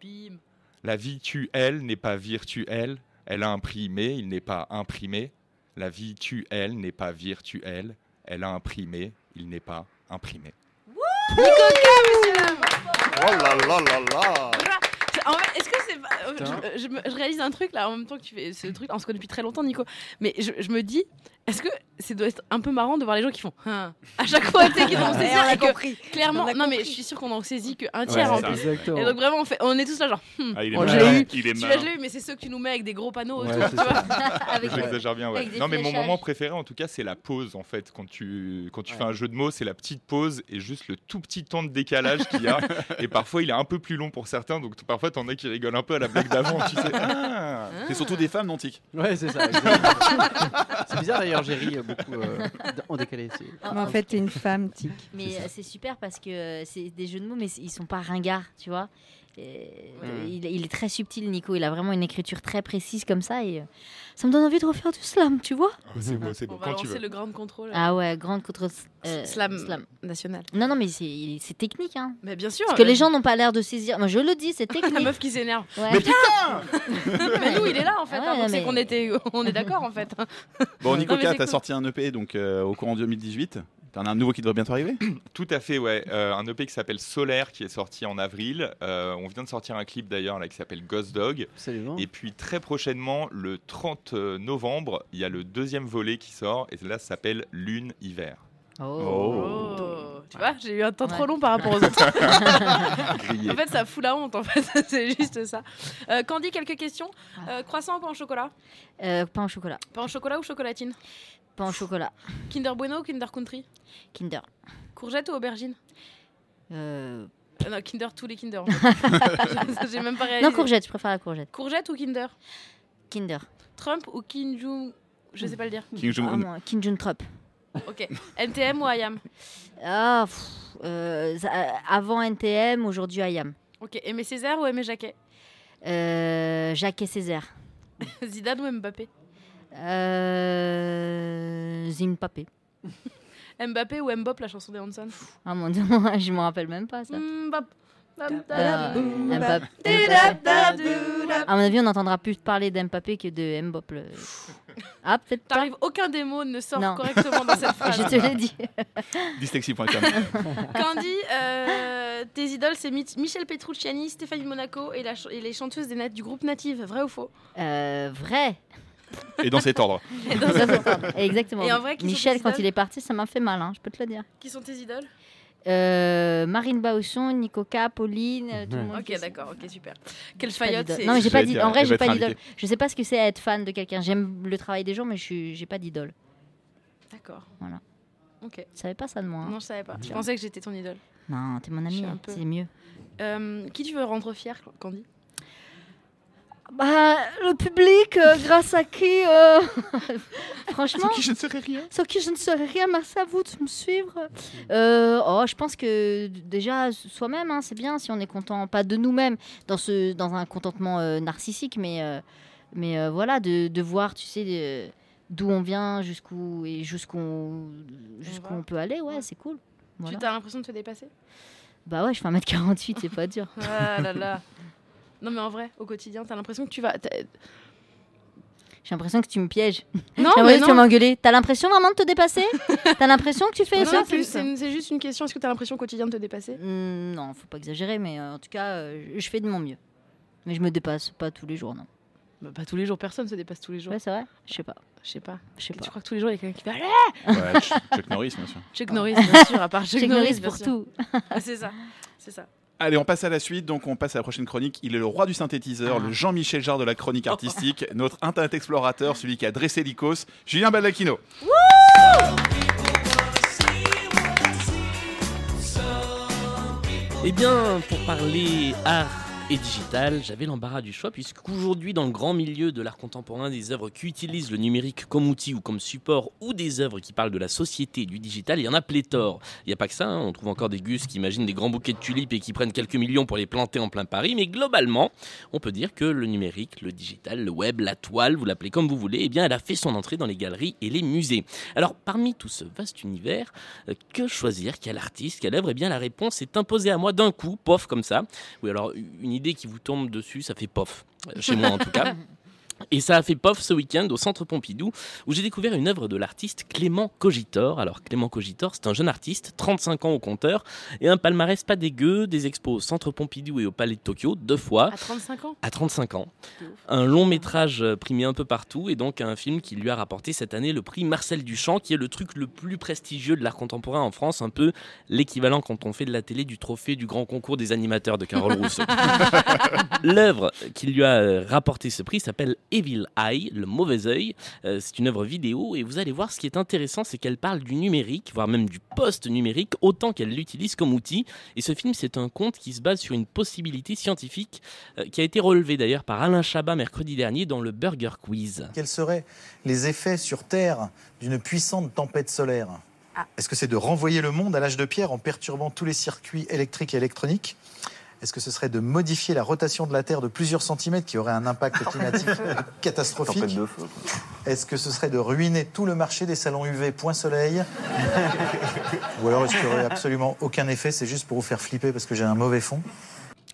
Speaker 7: Bim.
Speaker 6: La vie tue, elle, n'est pas virtuelle. Elle a imprimé, il n'est pas imprimé. La vie tue, elle, n'est pas virtuelle. Elle a imprimé, il n'est pas imprimé.
Speaker 3: Oh là là là là
Speaker 7: En fait, Est-ce que c'est pas- euh,
Speaker 6: Putain.
Speaker 7: je, je me- je réalise un truc là en même temps que tu fais ce truc. On se connaît depuis très longtemps, Nico. Mais je, je me dis, est-ce que c'est doit être un peu marrant de voir les gens qui font Hein à chaque fois tu sais, qu'ils vont
Speaker 10: Ouais,
Speaker 7: saisir
Speaker 10: on a
Speaker 7: et que,
Speaker 10: compris.
Speaker 7: Clairement,
Speaker 10: On a
Speaker 7: non mais je suis sûre qu'on en saisit qu'un
Speaker 10: Ouais,
Speaker 7: tiers en
Speaker 10: c'est
Speaker 7: plus.
Speaker 10: ça. Exactement.
Speaker 7: Et donc vraiment, on, fait, on est tous là genre. Hmm,
Speaker 6: Ah, il est
Speaker 7: oh, je
Speaker 6: malin.
Speaker 7: l'ai eu.
Speaker 6: Il est
Speaker 7: Celui-là,
Speaker 6: malin.
Speaker 7: je l'ai eu, mais c'est ceux que tu nous mets avec des gros panneaux
Speaker 6: Ouais,
Speaker 7: autour.
Speaker 6: c'est
Speaker 7: tu
Speaker 6: ça.
Speaker 7: vois.
Speaker 6: J'exagère bien, Ah, ouais.
Speaker 7: Avec des
Speaker 6: Non, mais mon
Speaker 7: fléchages.
Speaker 6: moment préféré, en tout cas, c'est la pause, en fait. Quand tu, quand tu fais un jeu de mots, c'est la petite pause et juste le tout petit temps de décalage qu'il y (laughs) a. et parfois, il est un peu plus long pour certains, donc t- parfois, t'en as qui rigolent un peu à la blague d'avant, tu sais. Ah.
Speaker 5: C'est surtout des femmes non tiques.
Speaker 9: Ouais,
Speaker 8: (laughs)
Speaker 9: c'est ça. exactement. c'est bizarre d'ailleurs, j'ai ri euh, beaucoup euh, d- en décalé. c'est-
Speaker 1: Mais en fait, t'es une femme, tic.
Speaker 8: Mais euh, c'est super parce que euh, c'est des jeux de mots, mais c'est- ils sont pas ringards, tu vois. Et, euh,
Speaker 1: Mm.
Speaker 8: il, il est très subtil, Nico. Il a vraiment une écriture très précise comme ça. Et euh, ça me donne envie de refaire du slam, tu vois.
Speaker 6: (laughs) Ah, c'est beau, c'est
Speaker 7: On va lancer le grand contrôle.
Speaker 8: Ah ouais, grande contre euh,
Speaker 7: Slam national.
Speaker 8: Non, non, mais c'est il- c'est technique. Hein.
Speaker 7: Mais bien sûr.
Speaker 8: Parce que
Speaker 7: euh,
Speaker 8: les gens n'ont pas l'air de saisir. Moi, je le dis, c'est
Speaker 7: (laughs)
Speaker 8: technique.
Speaker 7: La meuf qui
Speaker 8: (laughs)
Speaker 7: s'énerve.
Speaker 8: Ouais.
Speaker 7: Mais putain Mais nous, il est là en fait.
Speaker 8: Ah ouais,
Speaker 7: hein, donc
Speaker 8: non,
Speaker 7: c'est
Speaker 8: mais-
Speaker 7: qu'on était, on est d'accord en fait.
Speaker 5: Bon, Nico
Speaker 7: Non, mais
Speaker 5: K,
Speaker 7: c'est
Speaker 5: t'as
Speaker 7: cool.
Speaker 5: sorti un EP donc, euh, au courant 2018. T'en as un nouveau qui devrait bientôt arriver
Speaker 6: Tout à fait, ouais. Euh, un EP qui s'appelle Solaire qui est sorti en avril. Euh, on vient de sortir un clip d'ailleurs là qui s'appelle Ghost Dog.
Speaker 9: Hein.
Speaker 6: Et puis très prochainement, le 30 novembre, il y a le deuxième volet qui sort et là ça s'appelle Lune Hiver.
Speaker 8: Oh.
Speaker 7: Tu vois, j'ai eu un temps trop long par rapport aux
Speaker 6: (laughs)
Speaker 7: autres. en fait, ça fout la honte, en fait. (laughs) C'est juste ça. Euh, Candy, quelques questions.
Speaker 8: Ah.
Speaker 7: Euh, croissant ou pain au chocolat
Speaker 8: Euh, pain au chocolat.
Speaker 7: Pain au chocolat ou chocolatine
Speaker 8: Pain au chocolat.
Speaker 7: Kinder Bueno ou Kinder Country
Speaker 8: Kinder.
Speaker 7: Courgette ou aubergine
Speaker 8: Euh,
Speaker 7: Euh, Non, Kinder, tous les Kinder. en fait. (laughs)
Speaker 8: (laughs)
Speaker 7: j'ai même pas réalisé.
Speaker 8: Non, courgette, je préfère la courgette.
Speaker 7: Courgette ou Kinder
Speaker 8: Kinder.
Speaker 7: Trump ou Kim Jong Je sais pas le dire.
Speaker 8: Kim
Speaker 5: Euh,
Speaker 8: Jong-un. Kim Jong-Trump.
Speaker 7: Ok. NTM ou IAM
Speaker 8: Ah, pff, euh, ça- euh, avant NTM, aujourd'hui IAM.
Speaker 7: Ok. Aimé Césaire ou Aimé Jacquet (laughs)
Speaker 8: Euh, Jacques et Césaire.
Speaker 7: Zidane ou Mbappé
Speaker 8: Euh, Zimpapé.
Speaker 7: Mbappé ou Mbop, la chanson des Hanson
Speaker 8: Ah mon (laughs) dieu, je m'en rappelle même pas ça.
Speaker 7: Mbop.
Speaker 8: Euh, Mbappé. À mon avis, on entendra plus parler d'Mbappé que de Mbop.
Speaker 7: (laughs)
Speaker 8: le- Ah, peut-être pas.
Speaker 7: T'arrives, aucun des mots ne sort
Speaker 8: Non.
Speaker 7: correctement dans
Speaker 8: (laughs)
Speaker 7: cette phrase.
Speaker 8: Je te l'ai dit.
Speaker 5: Dyslexie.com.
Speaker 7: Candy, euh, tes idoles, c'est Mi- Michel Petrucciani, Stéphanie Monaco et, la ch- et les chanteuses des nattes du groupe Native. Vrai ou faux
Speaker 8: Euh, vrai.
Speaker 5: Et dans cet ordre.
Speaker 7: Et (laughs) dans cet ordre.
Speaker 8: Exactement.
Speaker 7: Et en vrai, qui sont
Speaker 8: Michel,
Speaker 7: tes
Speaker 8: quand
Speaker 7: idoles
Speaker 8: il est parti, ça m'a fait mal, hein, je peux te le dire.
Speaker 7: Qui sont tes idoles
Speaker 8: Euh, Marine Bausson, Nico K, Pauline, euh, tout le monde.
Speaker 7: Ok, d'accord, ok, super. Quelle
Speaker 8: J'ai pas
Speaker 7: faillotte
Speaker 8: d'idole.
Speaker 7: c'est
Speaker 8: Non, mais j'ai pas
Speaker 5: J'allais
Speaker 8: d'idole.
Speaker 5: dire,
Speaker 8: En vrai,
Speaker 5: Mhm. elle va
Speaker 8: j'ai
Speaker 5: être
Speaker 8: pas d'idole.
Speaker 5: invitée.
Speaker 8: Je sais pas ce que c'est être fan de quelqu'un. J'aime le travail des gens, mais je suis- j'ai pas d'idole.
Speaker 7: D'accord,
Speaker 8: Voilà.
Speaker 7: ok.
Speaker 8: Tu savais pas ça de moi hein
Speaker 7: Non, je savais pas. Je
Speaker 8: Tiens.
Speaker 7: pensais que j'étais ton idole.
Speaker 8: Non, t'es mon
Speaker 7: Je
Speaker 8: ami,
Speaker 7: suis un
Speaker 8: hein,
Speaker 7: peu-
Speaker 8: c'est mieux.
Speaker 7: Euh, qui tu veux rendre fier, Candy
Speaker 8: Bah, le public, euh, grâce à qui
Speaker 7: (laughs)
Speaker 8: euh,
Speaker 5: Sans
Speaker 8: Franchement.
Speaker 5: qui je ne serais rien.
Speaker 8: Sans qui je ne serais rien, merci à vous de me suivre. Euh, oh, je pense que d- déjà, soi-même, hein, c'est bien si on est content, pas de nous-mêmes, dans, ce, dans un contentement euh, narcissique, mais, euh, mais euh, voilà, de, de voir, tu sais, euh, d'où on vient jusqu'où et jusqu'où jusqu'où on peut aller, ouais, c'est cool. Voilà.
Speaker 7: Tu as l'impression de te
Speaker 8: (laughs)
Speaker 7: dépasser
Speaker 8: Bah ouais, je fais 1m48, c'est
Speaker 7: (laughs)
Speaker 8: pas dur.
Speaker 7: Ah là là. Non, mais en vrai, au quotidien, t'as l'impression que tu vas. t'as-
Speaker 8: J'ai l'impression que tu me pièges.
Speaker 7: Non,
Speaker 8: J'ai
Speaker 7: mais
Speaker 8: l'impression que Ah tu
Speaker 7: non.
Speaker 8: vas m'engueuler. T'as l'impression vraiment de te
Speaker 7: (laughs)
Speaker 8: dépasser T'as l'impression que tu fais
Speaker 7: Non,
Speaker 8: ça
Speaker 7: non, c'est-
Speaker 8: plus
Speaker 7: c'est une- c'est juste une question. Est-ce que t'as l'impression au quotidien de te dépasser
Speaker 8: Mm, Non, faut pas exagérer, mais euh, en tout cas, euh, je fais de mon mieux. Mais je me dépasse pas tous les jours, non.
Speaker 7: Bah, pas tous les jours, personne se dépasse tous les jours.
Speaker 8: Ouais, c'est vrai Je sais pas.
Speaker 7: Je sais pas.
Speaker 8: Je sais pas.
Speaker 7: Tu crois que tous les jours, il y a quelqu'un qui fait
Speaker 5: Ouais, Ch- Chuck Norris, bien sûr.
Speaker 7: Chuck Norris, bien sûr, à
Speaker 8: (laughs)
Speaker 7: part Chuck,
Speaker 8: Chuck Norris
Speaker 7: bien
Speaker 8: pour
Speaker 7: sûr.
Speaker 8: tout.
Speaker 7: Ah, c'est ça, c'est ça.
Speaker 5: Allez, on passe à la suite. Donc, on passe à la prochaine chronique. Il est le roi du synthétiseur, le Jean-Michel Jarre de la chronique artistique, (laughs) notre internet explorateur, celui qui a dressé l'icos, Julien Baldacchino.
Speaker 13: Eh bien, pour parler art et digital, j'avais l'embarras du choix puisqu'aujourd'hui, dans le grand milieu de l'art contemporain, des œuvres qui utilisent le numérique comme outil ou comme support ou des œuvres qui parlent de la société et du digital, il y en a pléthore. Il n'y a pas que ça, hein. on trouve encore des gus qui imaginent des grands bouquets de tulipes et qui prennent quelques millions pour les planter en plein Paris, mais globalement, on peut dire que le numérique, le digital, le web, la toile, vous l'appelez comme vous voulez, eh bien, elle a fait son entrée dans les galeries et les musées. Alors, parmi tout ce vaste univers, euh, que choisir Quel artiste Quelle œuvre Eh bien, la réponse est imposée à moi d'un coup, pof, comme ça. Oui, alors, une idée qui vous tombe dessus, ça fait pof. Euh, Chez moi, en tout cas. Et ça a fait pof ce week-end au Centre Pompidou, où j'ai découvert une œuvre de l'artiste Clément Cogitor. Alors Clément Cogitor, c'est un jeune artiste, 35 ans au compteur, et un palmarès pas dégueu, des expos au Centre Pompidou et au Palais de Tokyo, deux fois.
Speaker 7: À 35 ans
Speaker 13: À 35 ans. Un long métrage euh, primé un peu partout, et donc un film qui lui a rapporté cette année le prix Marcel Duchamp, qui est le truc le plus prestigieux de l'art contemporain en France, un peu l'équivalent quand on fait de la télé du trophée du grand concours des animateurs de Carole Rousseau. L'œuvre qui lui a euh, rapporté ce prix s'appelle Evil Eye, le mauvais œil. Euh, c'est une œuvre vidéo et vous allez voir ce qui est intéressant, c'est qu'elle parle du numérique, voire même du post-numérique, autant qu'elle l'utilise comme outil. Et ce film, c'est un conte qui se base sur une possibilité scientifique euh, qui a été relevée d'ailleurs par Alain Chabat mercredi dernier dans le Burger Quiz.
Speaker 14: Quels seraient les effets sur Terre d'une puissante tempête solaire Est-ce que c'est de renvoyer le monde à l'âge de pierre en perturbant tous les circuits électriques et électroniques Est-ce que ce serait de modifier la rotation de la Terre de plusieurs centimètres qui aurait un impact climatique catastrophique Est-ce que ce serait de ruiner tout le marché des salons UV point soleil Ou alors est-ce qu'il n'y aurait absolument aucun effet C'est juste pour vous faire flipper parce que j'ai un mauvais fond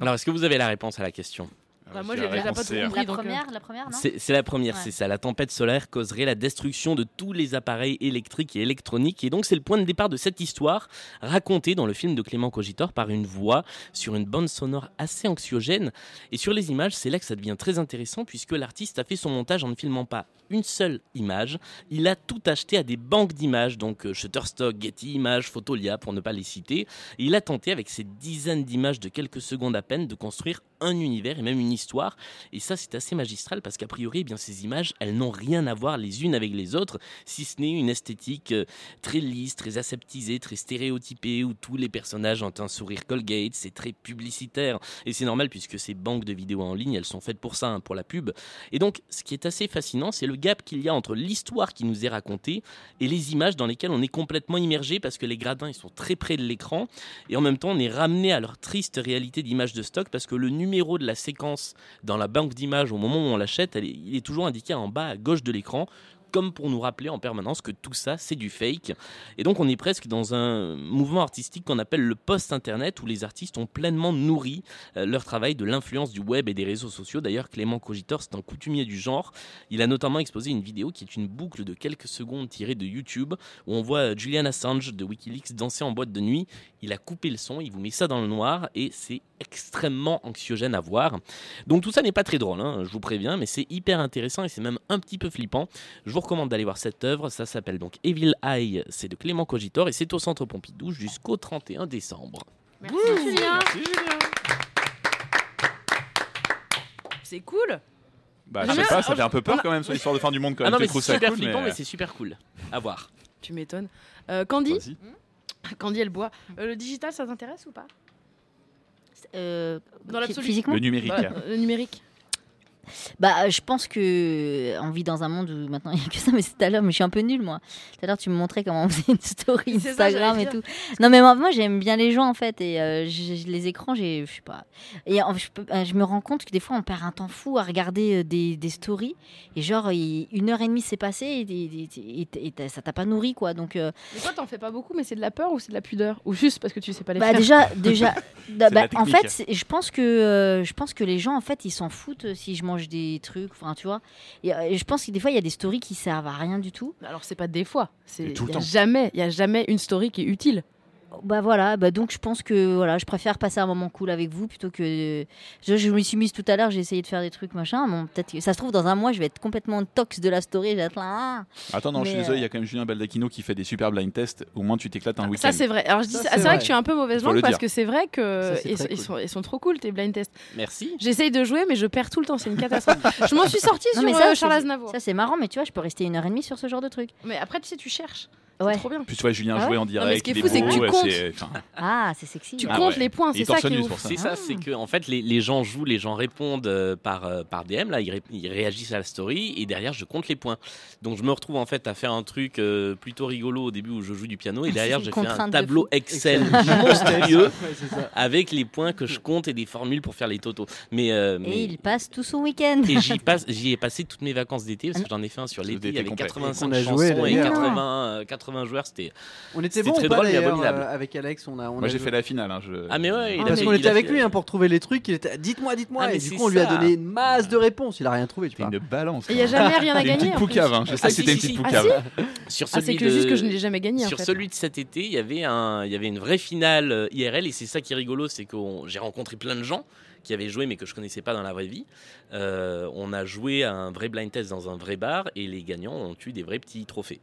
Speaker 13: Alors, est-ce que vous avez la réponse à la question
Speaker 5: Ah,
Speaker 7: Bah, moi, j'ai déjà pas tout
Speaker 5: hein.
Speaker 7: compris.
Speaker 8: La
Speaker 7: donc, euh,
Speaker 8: première, la première, non
Speaker 13: C'est c'est la première,
Speaker 8: Ouais.
Speaker 13: c'est ça. La tempête solaire causerait la destruction de tous les appareils électriques et électroniques. Et donc, c'est le point de départ de cette histoire, racontée dans le film de Clément Cogitor par une voix sur une bande sonore assez anxiogène. Et sur les images, c'est là que ça devient très intéressant, puisque l'artiste a fait son montage en ne filmant pas une seule image. Il a tout acheté à des banques d'images, donc euh, Shutterstock, Getty Images, Photolia pour ne pas les citer. Et il a tenté avec ces dizaines d'images de quelques secondes à peine de construire un univers et même une histoire. Et ça, c'est assez magistral parce qu'a priori, eh bien, ces images, elles n'ont rien à voir les unes avec les autres, si ce n'est une esthétique euh, très lisse, très aseptisée, très stéréotypée, où tous les personnages ont un sourire Colgate, c'est très publicitaire. Et c'est normal puisque ces banques de vidéos en ligne, elles sont faites pour ça, hein, pour la pub. Et donc, ce qui est assez fascinant, c'est le gap qu'il y a entre l'histoire qui nous est racontée et les images dans lesquelles on est complètement immergé parce que les gradins, ils sont très près de l'écran. Et en même temps, on est ramené à leur triste réalité d'images de stock parce que le numéro de la séquence dans la banque d'images au moment où on l'achète, elle est- il est toujours indiqué en bas à gauche de l'écran comme pour nous rappeler en permanence que tout ça, c'est du fake. Et donc, on est presque dans un mouvement artistique qu'on appelle le post-internet, où les artistes ont pleinement nourri euh, leur travail de l'influence du web et des réseaux sociaux. D'ailleurs, Clément Cogitor, c'est un coutumier du genre. Il a notamment exposé une vidéo qui est une boucle de quelques secondes tirée de YouTube, où on voit euh, Julian Assange de Wikileaks danser en boîte de nuit. Il a coupé le son, il vous met ça dans le noir, et c'est extrêmement anxiogène à voir. Donc tout ça n'est pas très drôle, hein, je vous préviens, mais c'est hyper intéressant et c'est même un petit peu flippant. Je vous recommande d'aller voir cette œuvre, ça s'appelle donc Evil Eye, c'est de Clément Cogitor et c'est au Centre Pompidou jusqu'au 31 décembre.
Speaker 7: Merci Julien. C'est cool.
Speaker 5: Bah, je sais
Speaker 7: Julien,
Speaker 5: pas, ça
Speaker 7: oh,
Speaker 5: fait un peu peur
Speaker 7: on a-
Speaker 5: quand même, son histoire de fin du monde quand
Speaker 13: Ah
Speaker 5: même.
Speaker 13: non,
Speaker 5: tu
Speaker 13: mais
Speaker 5: trouves
Speaker 13: c'est
Speaker 5: Bah, ça
Speaker 13: super
Speaker 5: cool,
Speaker 13: flippant, mais c'est super cool. À voir.
Speaker 7: Tu m'étonnes. Euh, Candy Candy, elle boit. Euh, le digital, ça t'intéresse ou pas Dans l'absolu.
Speaker 8: Euh, physiquement Le numérique.
Speaker 7: Bah, euh, Le numérique.
Speaker 8: Bah, euh, je pense que euh, on vit dans un monde où maintenant (laughs) il n'y a que ça, mais c'est tout à l'heure, mais je suis un peu nulle moi. Tout à l'heure, tu me montrais comment on faisait une story
Speaker 15: C'est ça,
Speaker 8: Instagram
Speaker 15: j'allais
Speaker 8: et
Speaker 15: dire.
Speaker 8: tout. Non, mais moi, moi, j'aime bien les gens en fait, et euh, j'ai- j'ai- les écrans, j'ai- je sais pas. Et en- je, peux- euh, je me rends compte que des fois, on perd un temps fou à regarder euh, des, des stories, et genre, il- une heure et demie s'est passée, et, et- et- et- et t'as- ça t'a pas nourri quoi. Donc, euh,
Speaker 7: Mais toi, t'en fais pas beaucoup, mais c'est de la peur ou c'est de la pudeur Ou juste parce que tu sais pas les
Speaker 8: bah
Speaker 7: faire
Speaker 8: déjà
Speaker 9: (laughs)
Speaker 8: déjà bah,
Speaker 7: C'est de la
Speaker 8: en
Speaker 7: technique.
Speaker 8: fait c'est- je pense que euh, je pense que les gens en fait ils s'en foutent euh, si je mange des trucs enfin tu vois et, euh, et je pense que des fois il y a des stories qui servent à rien du tout
Speaker 7: alors c'est pas des fois c'est
Speaker 8: tout le
Speaker 7: y a
Speaker 8: temps.
Speaker 7: jamais il y a jamais une story qui est utile
Speaker 8: bah voilà bah donc je pense que voilà je préfère passer un moment cool avec vous plutôt que je, je me suis mise tout à l'heure j'ai essayé de faire des trucs machin bon peut-être que ça se trouve dans un mois je vais être complètement tox de la story je vais être là ah.
Speaker 5: Attends, non, je suis
Speaker 8: Mais,
Speaker 5: désolé, il y
Speaker 8: euh,
Speaker 5: a quand même Julien Baldacchino qui fait des super blind tests. Au moins, tu t'éclates un week-end.
Speaker 7: ça c'est vrai alors je dis
Speaker 10: Ça,
Speaker 7: ça-
Speaker 10: c'est
Speaker 7: c'est vrai
Speaker 10: vrai.
Speaker 7: que je suis un peu mauvaise
Speaker 5: Faut le
Speaker 7: langue parce
Speaker 5: dire.
Speaker 7: que c'est vrai que
Speaker 5: Ça, c'est
Speaker 7: ils,
Speaker 5: très
Speaker 7: ils
Speaker 5: cool.
Speaker 7: sont ils sont trop cool tes blind tests
Speaker 13: merci
Speaker 7: j'essaye de jouer mais je perds tout le temps c'est une catastrophe je m'en suis sortie
Speaker 8: Non,
Speaker 7: sur
Speaker 8: mais ça,
Speaker 7: euh,
Speaker 8: c'est-
Speaker 7: Charles Aznavour
Speaker 8: ça c'est marrant mais tu vois je peux rester une heure et demie sur ce genre de truc
Speaker 7: mais après tu sais tu cherches
Speaker 8: ouais
Speaker 7: trop bien
Speaker 5: Puis tu vois Julien
Speaker 8: Ah ouais
Speaker 5: jouer en
Speaker 8: Non, mais
Speaker 5: direct.
Speaker 8: ce qui est
Speaker 5: il
Speaker 8: fou, c'est que
Speaker 5: beau,
Speaker 8: tu
Speaker 5: ouais,
Speaker 8: comptes.
Speaker 5: enfin,
Speaker 8: ah c'est sexy
Speaker 7: Tu
Speaker 8: hein.
Speaker 7: comptes les points,
Speaker 13: Et
Speaker 7: c'est
Speaker 13: il
Speaker 7: ça
Speaker 13: torse
Speaker 7: qui est
Speaker 13: nu,
Speaker 7: ouf.
Speaker 13: pour
Speaker 6: Ah.
Speaker 13: ça.
Speaker 7: C'est
Speaker 13: C'est
Speaker 7: ça,
Speaker 13: ça, c'est que en fait les, les gens jouent, les gens répondent euh, par euh, par DM là, ils, ré- ils réagissent à la story et derrière je compte les points. Donc je me retrouve en fait à faire un truc euh, plutôt rigolo au début où je joue du piano et derrière
Speaker 6: Ah, une
Speaker 13: j'ai fait un
Speaker 6: contrainte de
Speaker 13: tableau
Speaker 6: fou.
Speaker 13: Excel
Speaker 6: Excel.
Speaker 13: monstrueux
Speaker 6: Ouais, c'est ça.
Speaker 13: avec les points que je compte et des formules pour faire les totaux. Mais, euh, mais-
Speaker 8: et il passe tout son week-end
Speaker 13: (laughs)
Speaker 8: (laughs)
Speaker 13: et j'y passe, j'y ai passé toutes mes vacances d'été parce que j'en ai fait un sur l'été avec
Speaker 9: complet.
Speaker 13: 85
Speaker 9: On a
Speaker 13: chansons
Speaker 9: joué,
Speaker 13: et
Speaker 9: d'ailleurs.
Speaker 13: 80, euh, 80 joueurs. C'était
Speaker 9: On était
Speaker 13: c'était
Speaker 9: bon
Speaker 13: très
Speaker 9: ou pas,
Speaker 13: drôle mais
Speaker 9: d'ailleurs,
Speaker 13: abominable.
Speaker 9: euh, avec Alex, on a. On
Speaker 5: Moi,
Speaker 9: a
Speaker 5: j'ai
Speaker 9: joué.
Speaker 5: fait la finale. hein, je-
Speaker 13: Ah, mais ouais, il
Speaker 9: Ah,
Speaker 13: a
Speaker 9: parce
Speaker 13: fait-
Speaker 9: qu'on
Speaker 13: il
Speaker 9: était
Speaker 13: a
Speaker 9: avec
Speaker 13: fait-
Speaker 9: lui hein, pour trouver les trucs. Il était. Dites-moi, dites-moi.
Speaker 13: Ah, mais
Speaker 9: et du
Speaker 13: c'est
Speaker 9: coup, on lui a
Speaker 13: ça.
Speaker 9: donné une masse de réponses. Il a rien trouvé, tu vois.
Speaker 5: Une balance.
Speaker 7: Et il y a jamais rien à
Speaker 9: C'était une
Speaker 7: gagner
Speaker 9: petite
Speaker 7: en plus.
Speaker 9: poucave, hein. Je sais que
Speaker 13: si,
Speaker 9: c'était
Speaker 13: si,
Speaker 9: une petite
Speaker 13: si.
Speaker 9: poucave.
Speaker 7: Ah,
Speaker 13: euh, Sur
Speaker 7: Ah, c'est
Speaker 13: celui
Speaker 7: que
Speaker 13: de-
Speaker 7: juste que je ne l'ai jamais gagné, en
Speaker 13: Sur
Speaker 7: fait.
Speaker 13: celui de cet été, il y avait un, il y avait une vraie finale euh, IRL et c'est ça qui est rigolo, c'est que j'ai rencontré plein de gens qui avaient joué mais que je connaissais pas dans la vraie vie. Euh, on a joué à un vrai blind test dans un vrai bar et les gagnants ont eu des vrais petits trophées.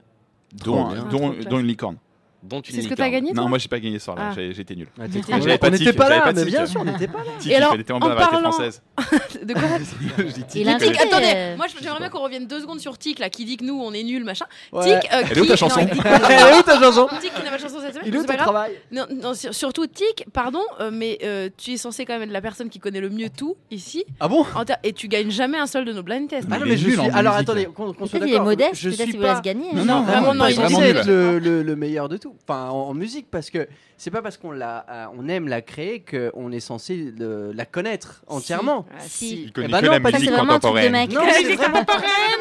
Speaker 5: Dont,
Speaker 13: Trop bien.
Speaker 5: dont-
Speaker 13: Trop classe.
Speaker 5: dont une licorne.
Speaker 13: Dont une
Speaker 7: C'est ce que t'as
Speaker 13: licorne. gagné,
Speaker 5: Non,
Speaker 13: toi
Speaker 5: moi j'ai pas gagné ce soir-là,
Speaker 13: Ah.
Speaker 5: j'ai- j'étais nul.
Speaker 13: Ah,
Speaker 9: t'es trop
Speaker 5: J'avais
Speaker 9: nul. On
Speaker 5: de
Speaker 9: était
Speaker 5: tic,
Speaker 9: pas
Speaker 5: j'avais
Speaker 9: là,
Speaker 5: de
Speaker 9: mais
Speaker 5: tic.
Speaker 9: bien sûr, on était pas là.
Speaker 5: Tic,
Speaker 7: Et alors,
Speaker 5: il était en
Speaker 7: en
Speaker 5: bas avec les
Speaker 7: parlant-
Speaker 5: françaises.
Speaker 7: de quoi
Speaker 5: (laughs) Je dis tic.
Speaker 7: Mais Tic,
Speaker 8: inventé,
Speaker 7: attendez,
Speaker 8: euh,
Speaker 7: moi j'aimerais bien qu'on revienne deux secondes sur Tic là, qui dit que nous on est nuls, machin.
Speaker 9: Ouais.
Speaker 7: Tic, euh,
Speaker 9: Elle est où
Speaker 7: qui-
Speaker 9: ta chanson
Speaker 7: non, Tic-
Speaker 9: Elle est où ta chanson
Speaker 7: Tic qui n'a pas de chanson cette semaine.
Speaker 9: Il est où
Speaker 7: c'est pas
Speaker 9: ton
Speaker 7: grave.
Speaker 9: travail
Speaker 7: Non, non, sur- surtout Tic, pardon, euh, mais euh, tu es censé quand même être la personne qui connaît le mieux tout ici.
Speaker 9: Ah bon
Speaker 7: En ter- Et tu gagnes jamais un seul de nos blind tests.
Speaker 9: Ah non, mais je suis. Alors attendez, qu'on qu'on soit
Speaker 8: Peut-être il est
Speaker 9: d'accord.
Speaker 8: modeste,
Speaker 9: je
Speaker 8: peut-être
Speaker 9: suis
Speaker 8: il vous laisse
Speaker 9: pas-
Speaker 8: gagner.
Speaker 9: Non,
Speaker 8: Non,
Speaker 9: non,
Speaker 8: vraiment,
Speaker 9: vraiment,
Speaker 8: non,
Speaker 9: non,
Speaker 8: il est
Speaker 9: il
Speaker 8: nul.
Speaker 9: est le, le, le meilleur de tout. Enfin, en, en musique, parce que c'est pas parce qu'on la, euh, on aime la créer qu'on est censé le- la connaître entièrement.
Speaker 8: Ah, si.
Speaker 5: Il connaît
Speaker 9: Eh ben
Speaker 5: que
Speaker 9: non,
Speaker 5: la
Speaker 9: pas du
Speaker 5: musique
Speaker 9: tout.
Speaker 5: contemporaine.
Speaker 9: Non,
Speaker 8: La
Speaker 9: mais c'est
Speaker 8: musique
Speaker 9: vraiment-